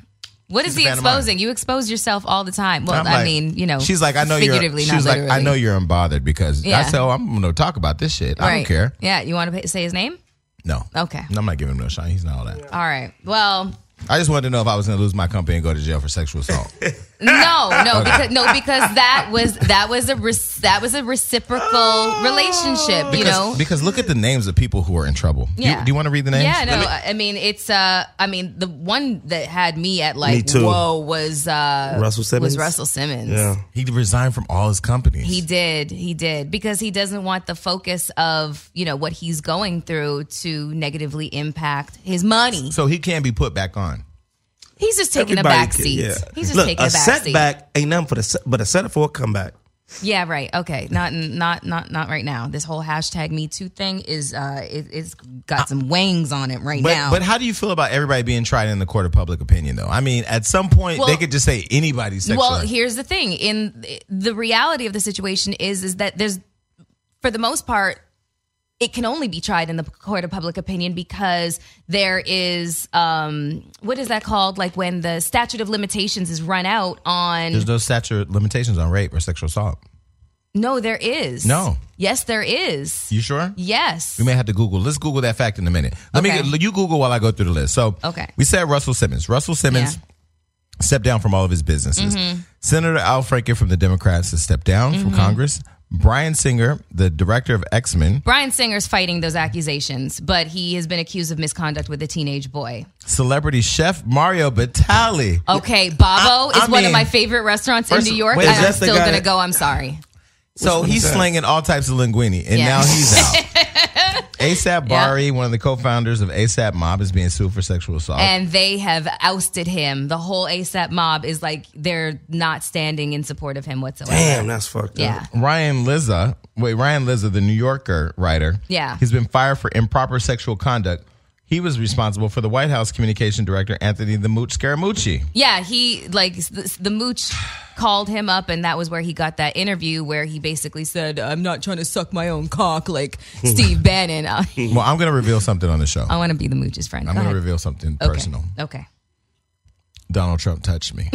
[SPEAKER 2] What is
[SPEAKER 1] She's a
[SPEAKER 2] he
[SPEAKER 1] fan of mine.
[SPEAKER 2] exposing? You expose yourself all the time. Well,
[SPEAKER 1] I'm
[SPEAKER 2] I
[SPEAKER 1] like-
[SPEAKER 2] mean, you know,
[SPEAKER 1] She's like, I know you're.
[SPEAKER 2] figuratively,
[SPEAKER 1] She's
[SPEAKER 2] not
[SPEAKER 1] like,
[SPEAKER 2] literally.
[SPEAKER 1] I know you're unbothered because I
[SPEAKER 2] Yeah.
[SPEAKER 1] said, oh, I'm going to talk about this shit. I don't
[SPEAKER 2] Right.
[SPEAKER 1] care.
[SPEAKER 2] Yeah, you want to say his name?
[SPEAKER 1] No.
[SPEAKER 2] Okay.
[SPEAKER 1] I'm not giving him no shine. He's not all that.
[SPEAKER 2] All right. Well,
[SPEAKER 1] I just wanted to know if I was going to lose my company and go to jail for sexual assault.
[SPEAKER 2] no, no, because no, because that was that was a re- that was a reciprocal relationship. you
[SPEAKER 1] Because,
[SPEAKER 2] know,
[SPEAKER 1] because look at the names of people who are in trouble. Do you-
[SPEAKER 2] Yeah.
[SPEAKER 1] Do you, want to read the names?
[SPEAKER 2] Yeah, no, I mean it's uh I mean the one that had me at like
[SPEAKER 3] Me too.
[SPEAKER 2] whoa was uh
[SPEAKER 3] Russell Simmons?
[SPEAKER 2] Was Russell Simmons.
[SPEAKER 3] Yeah.
[SPEAKER 1] He resigned from all his companies.
[SPEAKER 2] He did. He did because he doesn't want the focus of, you know, what he's going through to negatively impact his money.
[SPEAKER 1] so he can be put back on.
[SPEAKER 2] He's just taking a
[SPEAKER 3] Everybody
[SPEAKER 2] back
[SPEAKER 3] can-
[SPEAKER 2] seat.
[SPEAKER 3] yeah.
[SPEAKER 2] He's just
[SPEAKER 3] Look,
[SPEAKER 2] taking a,
[SPEAKER 3] a
[SPEAKER 2] back
[SPEAKER 3] setback ain't nothing for the set, but a setup for a comeback.
[SPEAKER 2] seat. Yeah, right. Okay. Not not not not right now. This whole hashtag me too thing is uh it, it's got some wings on it right
[SPEAKER 1] But,
[SPEAKER 2] now.
[SPEAKER 1] but how do you feel about everybody being tried in the court of public opinion, though? I mean, at some point,
[SPEAKER 2] Well-
[SPEAKER 1] they could just say anybody's sexual.
[SPEAKER 2] Well, here's the thing: in the reality of the situation is is that there's, for the most part, it can only be tried in the court of public opinion because there is um what is that called? Like when the statute of limitations is run out on.
[SPEAKER 1] There's no statute of limitations on rape or sexual assault.
[SPEAKER 2] no, there is.
[SPEAKER 1] No.
[SPEAKER 2] Yes, there is.
[SPEAKER 1] You sure?
[SPEAKER 2] Yes.
[SPEAKER 1] We may have to Google. Let's Google that fact in a minute. Let
[SPEAKER 2] Okay.
[SPEAKER 1] me. You Google while I go through the list. So,
[SPEAKER 2] Okay.
[SPEAKER 1] we said Russell Simmons. Russell Simmons
[SPEAKER 2] Yeah. Mm-hmm.
[SPEAKER 1] stepped down from all of his businesses. Senator Al Franken from the Democrats has stepped down from Congress. Brian Singer, the director of X Men,
[SPEAKER 2] Brian Singer's fighting those accusations, but he has been accused of misconduct with a teenage boy.
[SPEAKER 1] celebrity chef Mario Batali.
[SPEAKER 2] Okay, Babo
[SPEAKER 1] I-
[SPEAKER 2] is
[SPEAKER 1] I
[SPEAKER 2] one of
[SPEAKER 1] mean-
[SPEAKER 2] my favorite restaurants in
[SPEAKER 1] First-
[SPEAKER 2] New York.
[SPEAKER 1] wait,
[SPEAKER 2] and
[SPEAKER 1] is
[SPEAKER 2] I'm
[SPEAKER 3] that the
[SPEAKER 2] still
[SPEAKER 3] guy-
[SPEAKER 2] going to go. I'm sorry.
[SPEAKER 1] So
[SPEAKER 3] one is
[SPEAKER 1] he's
[SPEAKER 3] that?
[SPEAKER 1] slinging all types of linguini, and
[SPEAKER 2] Yeah.
[SPEAKER 1] now he's out. ASAP Bari, one of the co-founders of ASAP Mob, is being sued for sexual assault.
[SPEAKER 2] and they have ousted him. The whole ASAP mob is like they're not standing in support of him whatsoever.
[SPEAKER 3] Damn, that's fucked
[SPEAKER 2] Yeah.
[SPEAKER 3] up.
[SPEAKER 1] Ryan Lizza, wait, Ryan Lizza, the New Yorker writer.
[SPEAKER 2] Yeah.
[SPEAKER 1] He's been fired for improper sexual conduct. He was responsible for the White House communication director, Anthony the Mooch Scaramucci.
[SPEAKER 2] Yeah, he like the, the mooch called him up, and that was where he got that interview where he basically said, "I'm not trying to suck my own cock like Steve Bannon. I,
[SPEAKER 1] Well, I'm going to reveal something on the show.
[SPEAKER 2] I want to be the mooch's friend."
[SPEAKER 1] I'm
[SPEAKER 2] Mm-hmm. Oh, Go
[SPEAKER 1] going to
[SPEAKER 2] ahead.
[SPEAKER 1] reveal something
[SPEAKER 2] Okay.
[SPEAKER 1] personal.
[SPEAKER 2] Okay.
[SPEAKER 1] Donald Trump touched me.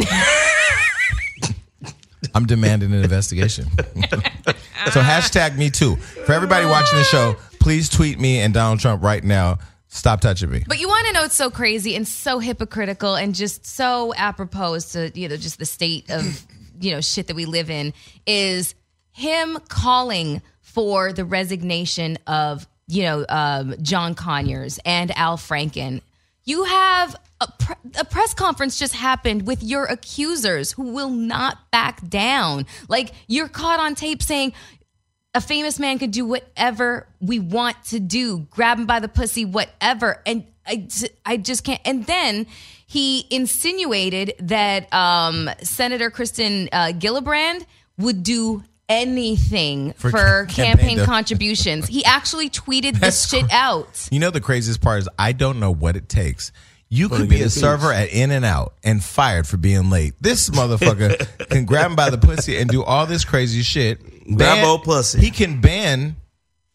[SPEAKER 1] I'm demanding an investigation. so hashtag me too. For everybody watching the show, please tweet me and Donald Trump right now. Stop touching me.
[SPEAKER 2] But you want to know it's so crazy and so hypocritical and just so apropos to you know just the state of you know shit that we live in is him calling for the resignation of you know um, John Conyers and Al Franken. You have a, pre- a press conference just happened with your accusers who will not back down. Like you're caught on tape saying, a famous man could do whatever we want to do, grab him by the pussy, whatever. And I, I just can't. And then he insinuated that um, Senator Kristen uh, Gillibrand would do anything for,
[SPEAKER 1] ca-
[SPEAKER 2] campaign,
[SPEAKER 1] campaign to-
[SPEAKER 2] contributions. He actually tweeted this
[SPEAKER 1] That's
[SPEAKER 2] shit out.
[SPEAKER 1] You know the craziest part is I don't know what it takes. You could be a server at In and Out and fired for being late. This motherfucker can grab him by the pussy and do all this crazy shit.
[SPEAKER 3] Grab old pussy.
[SPEAKER 1] He can ban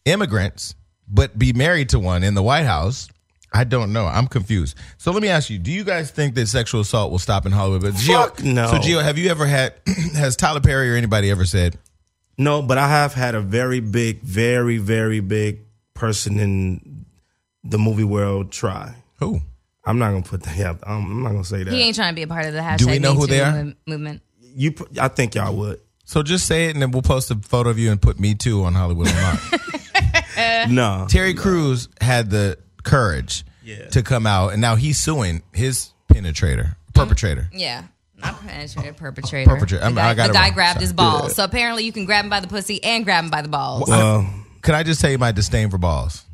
[SPEAKER 1] immigrants, but be married to one in the White House. I don't know. I'm confused. So let me ask you: Do you guys think that sexual assault will stop in Hollywood? But Gio,
[SPEAKER 3] Fuck no.
[SPEAKER 1] So Gio, have you ever had? has Tyler Perry or anybody ever said?
[SPEAKER 3] No, but I have had a very big, very, very big person in the movie world try.
[SPEAKER 1] Who?
[SPEAKER 3] I'm not gonna put that. Yeah, I'm, I'm not gonna say that.
[SPEAKER 2] He ain't trying to be a part of the hashtag.
[SPEAKER 1] Do we know
[SPEAKER 2] Me
[SPEAKER 1] who
[SPEAKER 2] Too
[SPEAKER 1] they are?
[SPEAKER 2] mov- Movement.
[SPEAKER 3] You, put- I think y'all would.
[SPEAKER 1] So just say it, and then we'll post a photo of you and put "Me Too" on Hollywood Unlocked.
[SPEAKER 3] No,
[SPEAKER 1] Terry Crews had the courage
[SPEAKER 3] Yeah.
[SPEAKER 1] to come out, and now he's suing his penetrator, perpetrator.
[SPEAKER 2] Yeah. Not penetrator, perpetrator.
[SPEAKER 1] Perpetrator. I
[SPEAKER 2] The
[SPEAKER 1] mean,
[SPEAKER 2] guy,
[SPEAKER 1] I got
[SPEAKER 2] the
[SPEAKER 1] it
[SPEAKER 2] guy
[SPEAKER 1] wrong.
[SPEAKER 2] grabbed
[SPEAKER 1] Sorry.
[SPEAKER 2] his balls. So apparently you can grab him by the pussy and grab him by the balls.
[SPEAKER 3] well,
[SPEAKER 1] Can I just tell you my disdain for balls?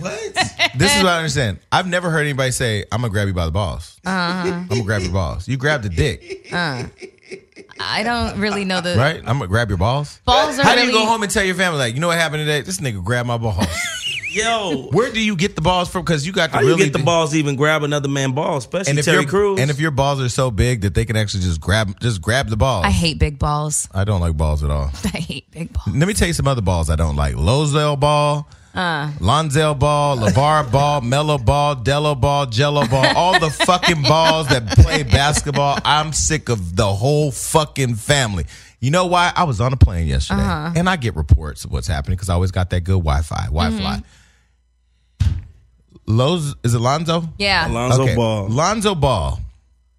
[SPEAKER 1] what? This is what I understand. I've never heard anybody say, "I'm gonna grab you by the balls."
[SPEAKER 2] Uh-huh.
[SPEAKER 1] I'm gonna grab your balls. You grab the dick,
[SPEAKER 2] I don't really know the
[SPEAKER 1] right? I'm gonna grab your balls.
[SPEAKER 2] balls are
[SPEAKER 1] How do
[SPEAKER 2] really
[SPEAKER 1] you go home and tell your family, like, you know what happened today? This nigga grabbed my balls.
[SPEAKER 3] yo,
[SPEAKER 1] Where do you get the balls from? Because you got to
[SPEAKER 3] how do
[SPEAKER 1] really
[SPEAKER 3] you get the balls to even grab another man ball, especially
[SPEAKER 1] And if
[SPEAKER 3] Terry
[SPEAKER 1] your-
[SPEAKER 3] Crews?
[SPEAKER 1] and if your balls are so big that they can actually just grab, just grab the balls.
[SPEAKER 2] I hate big balls.
[SPEAKER 1] I don't like balls at all.
[SPEAKER 2] I hate big balls.
[SPEAKER 1] Let me tell you some other balls I don't like. Lozell ball, Lonzel ball, LeVar ball, Mello ball, Dello ball, Jello ball, all the fucking balls that play basketball. I'm sick of the whole fucking family. You know why? I was on a plane yesterday and I get reports of what's happening because I always got that good Wi Fi, Wi Fi. Loz, is it Lonzo?
[SPEAKER 2] Yeah.
[SPEAKER 3] Alonzo Ball,
[SPEAKER 1] Lonzo Ball.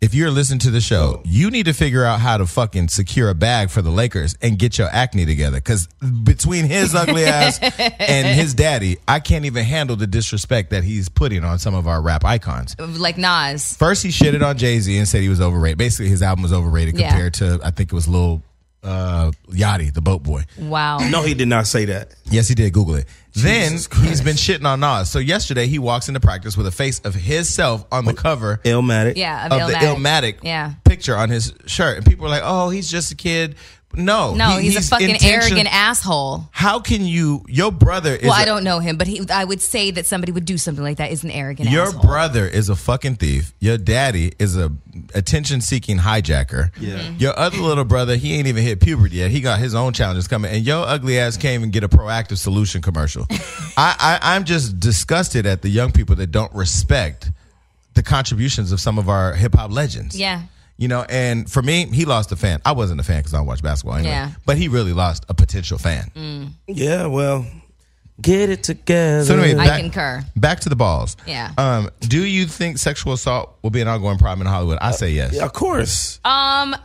[SPEAKER 1] If you're listening to the show, you need to figure out how to fucking secure a bag for the Lakers and get your acne together. Because between his ugly ass and his daddy, I can't even handle the disrespect that he's putting on some of our rap icons.
[SPEAKER 2] Like Nas.
[SPEAKER 1] First, he shitted on Jay Z and said he was overrated. Basically, his album was overrated
[SPEAKER 2] Yeah.
[SPEAKER 1] compared to, I think it was Lil uh, Yachty, the boat boy.
[SPEAKER 2] Wow.
[SPEAKER 3] no, he did not say that.
[SPEAKER 1] Yes, he did. Google it. then he's been shitting on Nas. So yesterday, he walks into practice with a face of himself on the cover
[SPEAKER 3] Illmatic.
[SPEAKER 2] Yeah.
[SPEAKER 1] of the Illmatic
[SPEAKER 2] Yeah.
[SPEAKER 1] picture on his shirt, and people are like, "Oh, he's just a kid." No,
[SPEAKER 2] No,
[SPEAKER 1] he-
[SPEAKER 2] he's, a fucking
[SPEAKER 1] intention-
[SPEAKER 2] arrogant asshole.
[SPEAKER 1] How can you? Your brother is.
[SPEAKER 2] Well, I
[SPEAKER 1] a-
[SPEAKER 2] don't know him, but he, I would say that somebody would do something like that is an arrogant
[SPEAKER 1] Your
[SPEAKER 2] asshole.
[SPEAKER 1] brother is a fucking thief. Your daddy is a attention-seeking hijacker.
[SPEAKER 3] Yeah.
[SPEAKER 2] Mm-hmm.
[SPEAKER 3] Mhm.
[SPEAKER 1] Your other little brother, he ain't even hit puberty yet. He got his own challenges coming, and your ugly ass can't even get a proactive solution commercial. I, I, I'm just disgusted at the young people that don't respect the contributions of some of our hip hop legends.
[SPEAKER 2] Yeah.
[SPEAKER 1] You know, and for me, he lost a fan. I wasn't a fan because I don't watch basketball anyway.
[SPEAKER 2] Yeah. Mm.
[SPEAKER 1] But he really lost a potential fan.
[SPEAKER 3] Yeah, well, get it together.
[SPEAKER 1] So anyway,
[SPEAKER 2] I
[SPEAKER 1] back,
[SPEAKER 2] concur.
[SPEAKER 1] Back to the balls.
[SPEAKER 2] Yeah.
[SPEAKER 1] Um, do you think sexual assault will be an ongoing problem in Hollywood? I say yes.
[SPEAKER 3] of course.
[SPEAKER 2] Um,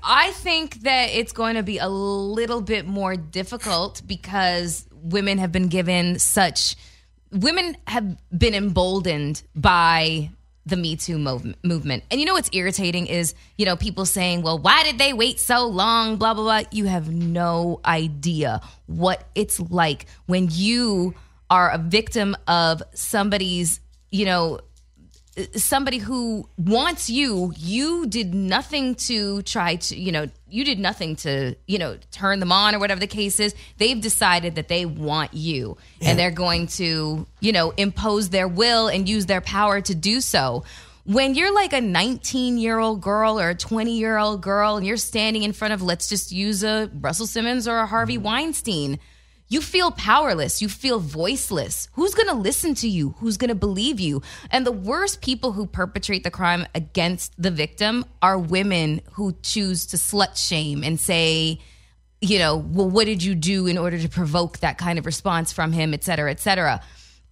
[SPEAKER 2] I think that it's going to be a little bit more difficult because women have been given such. Women have been emboldened by the Me Too mov- movement. And you know what's irritating is, you know, people saying, well, why did they wait so long? Blah, blah, blah. You have no idea what it's like when you are a victim of somebody's, you know, somebody who wants you you did nothing to try to you know you did nothing to you know turn them on or whatever the case is they've decided that they want you and they're going to you know impose their will and use their power to do so when you're like a 19 year old girl or a 20 year old girl and you're standing in front of let's just use a russell simmons or a harvey weinstein you feel powerless. You feel voiceless. Who's going to listen to you? Who's going to believe you? And the worst people who perpetrate the crime against the victim are women who choose to slut shame and say, you know, well, what did you do in order to provoke that kind of response from him, et cetera, et cetera.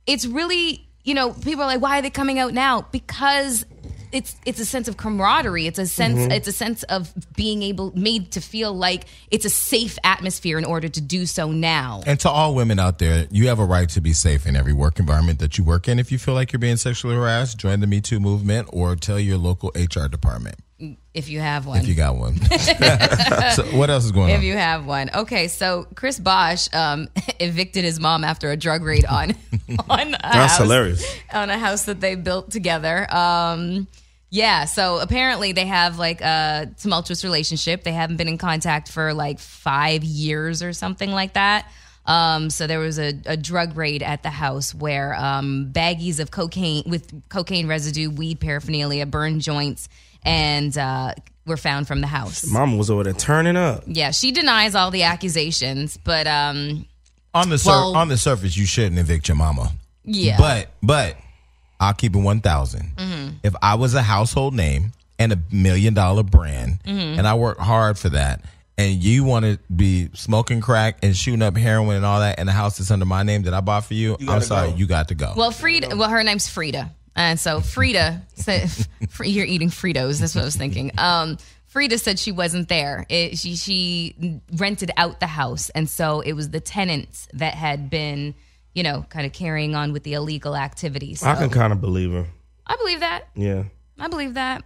[SPEAKER 2] It's really, you know, people are like, why are they coming out now? Because it's it's a sense of camaraderie. It's a sense
[SPEAKER 1] Mm-hmm.
[SPEAKER 2] it's a sense of being able made to feel like it's a safe atmosphere in order to do so now.
[SPEAKER 1] And to all women out there, you have a right to be safe in every work environment that you work in. If you feel like you're being sexually harassed, join the Me Too movement or tell your local HR department
[SPEAKER 2] If you have one.
[SPEAKER 1] if you got one. so what else is going
[SPEAKER 2] If
[SPEAKER 1] on?
[SPEAKER 2] you have one. Okay, so Chris Bosch um, evicted his mom after a drug raid on on uh, a
[SPEAKER 3] That's
[SPEAKER 2] house,
[SPEAKER 3] hilarious.
[SPEAKER 2] on a house that they built together. Um, yeah, so apparently they have like a tumultuous relationship. They haven't been in contact for like five years or something like that. Um, so there was a, a drug raid at the house where um, baggies of cocaine with cocaine residue, weed paraphernalia, burned joints, and uh, were found from the house.
[SPEAKER 3] Mama was over there turning up.
[SPEAKER 2] Yeah, she denies all the accusations, but um,
[SPEAKER 1] On the sur-
[SPEAKER 2] Well-
[SPEAKER 1] on the surface, you shouldn't evict your mama.
[SPEAKER 2] yeah, Mm-hmm.
[SPEAKER 1] But but I'll keep it one If I was a household name and a million dollar brand,
[SPEAKER 2] Mm-hmm.
[SPEAKER 1] and I worked hard for that, and you want to be smoking crack and shooting up heroin and all that, and the house is under my name that I bought for you, I'm
[SPEAKER 3] gotta
[SPEAKER 1] sorry,
[SPEAKER 3] go.
[SPEAKER 1] you got to go.
[SPEAKER 2] Well, Frida. Well, her name's Frida, and so Frida said, Fr- "You're eating Fritos." That's what I was thinking. Um, Frida said she wasn't there. It, she she rented out the house, and so it was the tenants that had been, you know, kind of carrying on with the illegal activities.
[SPEAKER 3] I can kind of believe her.
[SPEAKER 2] I believe that.
[SPEAKER 3] Yeah.
[SPEAKER 2] I believe that.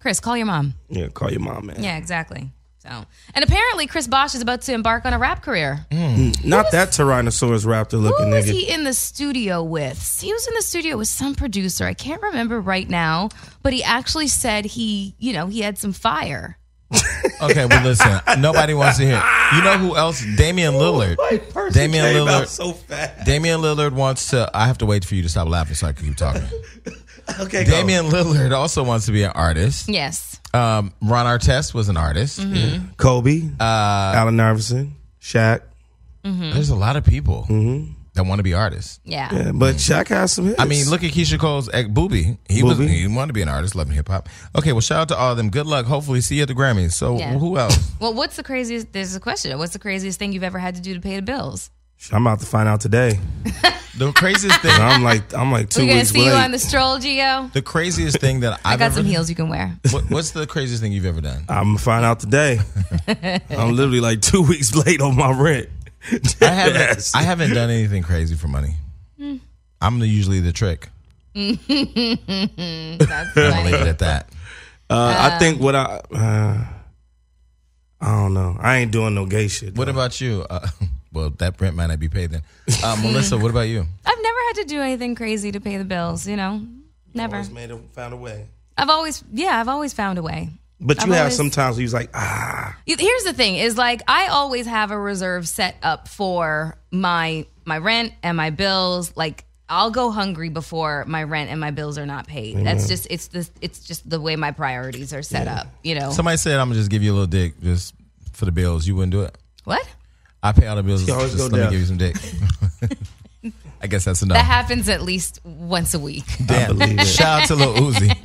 [SPEAKER 2] Chris, call your mom.
[SPEAKER 3] Yeah, call your mom, man.
[SPEAKER 2] Yeah, exactly. So, and apparently, Chris Bosch is about to embark on a rap career.
[SPEAKER 3] Not that Tyrannosaurus Raptor looking
[SPEAKER 2] Who was
[SPEAKER 3] nigga.
[SPEAKER 2] he in the studio with? He was in the studio with some producer. I can't remember right now, but he actually said he, you know, he had some fire.
[SPEAKER 1] okay, well listen, nobody wants to hear. it. You know who else? Damian Lillard. Damian
[SPEAKER 3] Came out
[SPEAKER 1] Lillard.
[SPEAKER 3] so fast.
[SPEAKER 1] Damian Lillard wants to. I have to wait for you to stop laughing so I can keep talking.
[SPEAKER 3] Okay, go.
[SPEAKER 1] Damian Lillard also wants to be an artist.
[SPEAKER 2] Yes.
[SPEAKER 1] Um, Ron Artest was an artist.
[SPEAKER 2] Mm-hmm.
[SPEAKER 3] Kobe,
[SPEAKER 1] uh,
[SPEAKER 3] Allen Iverson, Shaq.
[SPEAKER 1] There's a lot of people that want to be artists.
[SPEAKER 2] Yeah.
[SPEAKER 3] Yeah, but Shaq has some hits.
[SPEAKER 1] I mean, look at Keisha Cole's ex Booby. He was
[SPEAKER 3] Boobie.
[SPEAKER 1] he wanted to be an artist, loving hip hop. Okay, well, shout out to all of them. Good luck. Hopefully, see you at the Grammys. So
[SPEAKER 2] Yeah.
[SPEAKER 1] who else?
[SPEAKER 2] Well, what's the craziest? There's a question. What's the craziest thing you've ever had to do to pay the bills?
[SPEAKER 3] I'm about to find out today.
[SPEAKER 1] the craziest thing.
[SPEAKER 3] I'm like, I'm like 2
[SPEAKER 2] We're gonna
[SPEAKER 3] weeks
[SPEAKER 2] see
[SPEAKER 3] late.
[SPEAKER 2] you on the stroll, Gio.
[SPEAKER 1] The craziest thing that I've
[SPEAKER 2] I got
[SPEAKER 1] ever.
[SPEAKER 2] some heels you can wear.
[SPEAKER 1] What, what's the craziest thing you've ever done?
[SPEAKER 3] I'm gonna find out today. I'm literally like two weeks late on my rent.
[SPEAKER 1] I haven't. I haven't done anything crazy for money.
[SPEAKER 2] Mm.
[SPEAKER 1] I'm the, usually the trick. I'm gonna leave it at that.
[SPEAKER 3] Uh, I think what I, uh, I don't know. I ain't doing no gay shit.
[SPEAKER 1] What about you? Uh, well, that rent might not be paid then. Uh, Melissa, what about you?
[SPEAKER 2] I've never had to do anything crazy to pay the bills. You know, never.
[SPEAKER 3] made a, found a way.
[SPEAKER 2] I've always, yeah, I've always found a way.
[SPEAKER 3] But you
[SPEAKER 2] I've
[SPEAKER 3] have
[SPEAKER 2] always-
[SPEAKER 3] sometimes where you was like, ah,
[SPEAKER 2] here's the thing is like i always have a reserve set up for my my rent and my bills like i'll go hungry before my rent and my bills are not paid that's just it's the it's just the way my priorities are set up you know
[SPEAKER 1] Somebody said I'm gonna just give you a little dick just for the bills. You wouldn't do it.
[SPEAKER 2] what
[SPEAKER 1] I pay all the bills.
[SPEAKER 3] always
[SPEAKER 1] Just
[SPEAKER 3] go
[SPEAKER 1] let me
[SPEAKER 3] down.
[SPEAKER 1] give you some dick. I guess that's
[SPEAKER 2] that
[SPEAKER 1] enough.
[SPEAKER 2] happens at least once a week
[SPEAKER 3] I believe it.
[SPEAKER 1] Shout out to Lil Uzi.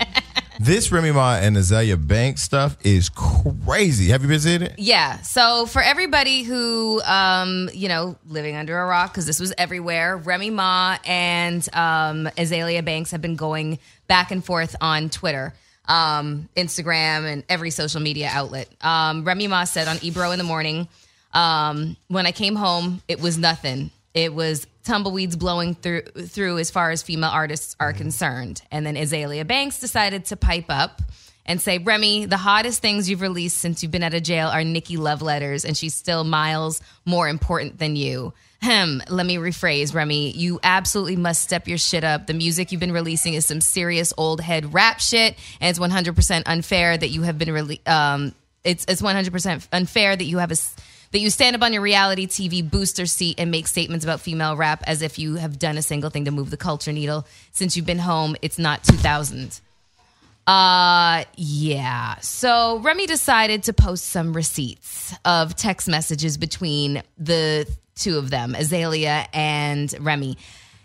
[SPEAKER 1] This Remy Ma and Azalea Banks stuff is crazy. Have you been seeing it?
[SPEAKER 2] Yeah. So for everybody who, um, you know, living under a rock, because this was everywhere, Remy Ma and um, Azalea Banks have been going back and forth on Twitter, um, Instagram, and every social media outlet. Um, Remy Ma said on Ebro in the morning, um, when I came home, it was nothing. It was tumbleweeds blowing through through as far as female artists are concerned. And then Azalea Banks decided to pipe up and say, Remy, the hottest things you've released since you've been out of jail are Nikki love letters, and she's still miles more important than you. Hem, let me rephrase, Remy. You absolutely must step your shit up. The music you've been releasing is some serious old head rap shit, and it's 100% unfair that you have been rele- um, it's it's 100% unfair that you have a s- that you stand up on your reality TV booster seat and make statements about female rap as if you have done a single thing to move the culture needle since you've been home. It's not 2000. Uh, yeah. So Remy decided to post some receipts of text messages between the two of them, Azalea and Remy.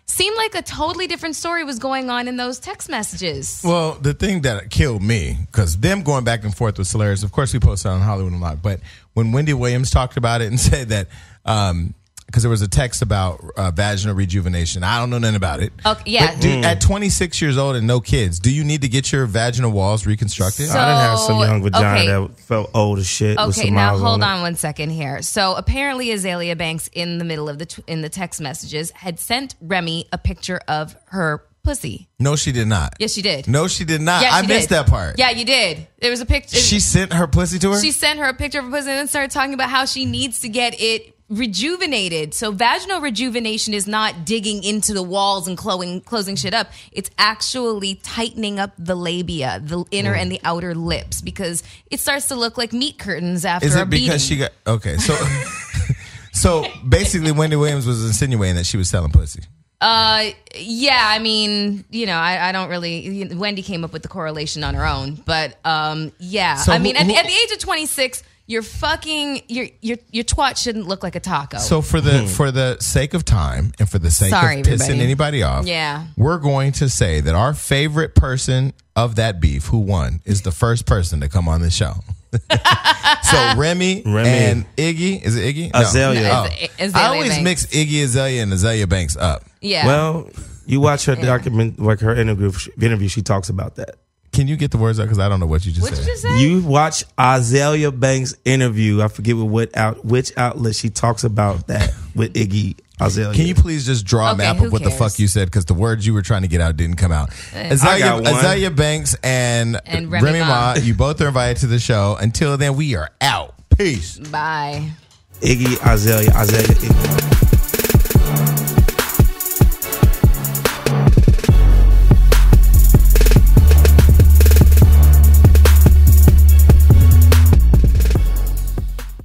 [SPEAKER 2] Seemed like a totally different story was going on in those text messages.
[SPEAKER 1] Well, the thing that killed me, because them going back and forth was hilarious. Of course, we posted on Hollywood a lot, but when Wendy Williams talked about it and said that, because there was a text about uh, vaginal rejuvenation, I don't know nothing about it.
[SPEAKER 2] Okay, yeah.
[SPEAKER 1] But dude, at 26 years old and no kids, do you need to get your vaginal walls reconstructed?
[SPEAKER 2] So-
[SPEAKER 3] I didn't have some young vagina
[SPEAKER 2] okay.
[SPEAKER 3] that felt old as shit. with
[SPEAKER 2] Okay,
[SPEAKER 3] some
[SPEAKER 2] now
[SPEAKER 3] miles
[SPEAKER 2] hold
[SPEAKER 3] it.
[SPEAKER 2] on one second here. So apparently, Azalea Banks, in the middle of the tw- in the text messages, had sent Remy a picture of her pussy.
[SPEAKER 1] no, she did not.
[SPEAKER 2] Yes, she did.
[SPEAKER 1] No, she did not.
[SPEAKER 2] yes,
[SPEAKER 1] I
[SPEAKER 2] she
[SPEAKER 1] missed
[SPEAKER 2] did.
[SPEAKER 1] that part.
[SPEAKER 2] Yeah, you did. There was a picture.
[SPEAKER 1] She sent her pussy to her?
[SPEAKER 2] She sent her a picture of her pussy and then started talking about how she needs to get it rejuvenated. So vaginal rejuvenation is not digging into the walls and closing closing shit up. It's actually tightening up the labia, the inner and the outer lips, because it starts to look like meat curtains after
[SPEAKER 1] Is
[SPEAKER 2] a
[SPEAKER 1] it
[SPEAKER 2] beating.
[SPEAKER 1] because she got okay? So, So basically, Wendy Williams was insinuating that she was selling pussy.
[SPEAKER 2] Uh, yeah, I mean, you know, I, I don't really. Wendy came up with the correlation on her own, but um, yeah,
[SPEAKER 1] So
[SPEAKER 2] I
[SPEAKER 1] who-
[SPEAKER 2] mean, at,
[SPEAKER 1] who-
[SPEAKER 2] at the age of twenty six, your fucking your your your twat shouldn't look like a taco.
[SPEAKER 1] So for the
[SPEAKER 3] Hmm.
[SPEAKER 1] for the sake of time and for the sake
[SPEAKER 2] Sorry,
[SPEAKER 1] of pissing
[SPEAKER 2] everybody.
[SPEAKER 1] anybody off,
[SPEAKER 2] Yeah.
[SPEAKER 1] we're going to say that our favorite person of that beef who won is the first person to come on the show. so Remy,
[SPEAKER 3] Remy.
[SPEAKER 1] and Iggy is it Iggy No.
[SPEAKER 3] Azalea. No,
[SPEAKER 1] Oh.
[SPEAKER 2] it's- it's
[SPEAKER 1] I
[SPEAKER 2] Azalea
[SPEAKER 1] always
[SPEAKER 2] Banks.
[SPEAKER 1] mix Iggy Azalea and Azalea Banks up.
[SPEAKER 2] yeah,
[SPEAKER 3] Well, you watch her document, like her interview. Interview, she talks about that.
[SPEAKER 1] Can you get the words out because I don't know what you just
[SPEAKER 2] what
[SPEAKER 1] said.
[SPEAKER 2] did you say?
[SPEAKER 3] You watch Azalea Banks' interview. I forget with what out which outlet she talks about that with Iggy Azalea.
[SPEAKER 1] Can you please just draw a
[SPEAKER 2] Okay,
[SPEAKER 1] map
[SPEAKER 2] who
[SPEAKER 1] of what the
[SPEAKER 2] cares?
[SPEAKER 1] fuck you said? Because the words you were trying to get out didn't come out. Azalea,
[SPEAKER 3] got one.
[SPEAKER 1] Azalea Banks and,
[SPEAKER 2] And
[SPEAKER 1] Remy,
[SPEAKER 2] Remy
[SPEAKER 1] Ma,
[SPEAKER 2] Ma.
[SPEAKER 1] you both are invited to the show. Until then, we are out. Peace.
[SPEAKER 2] Bye.
[SPEAKER 3] Iggy Azalea, Azalea Iggy.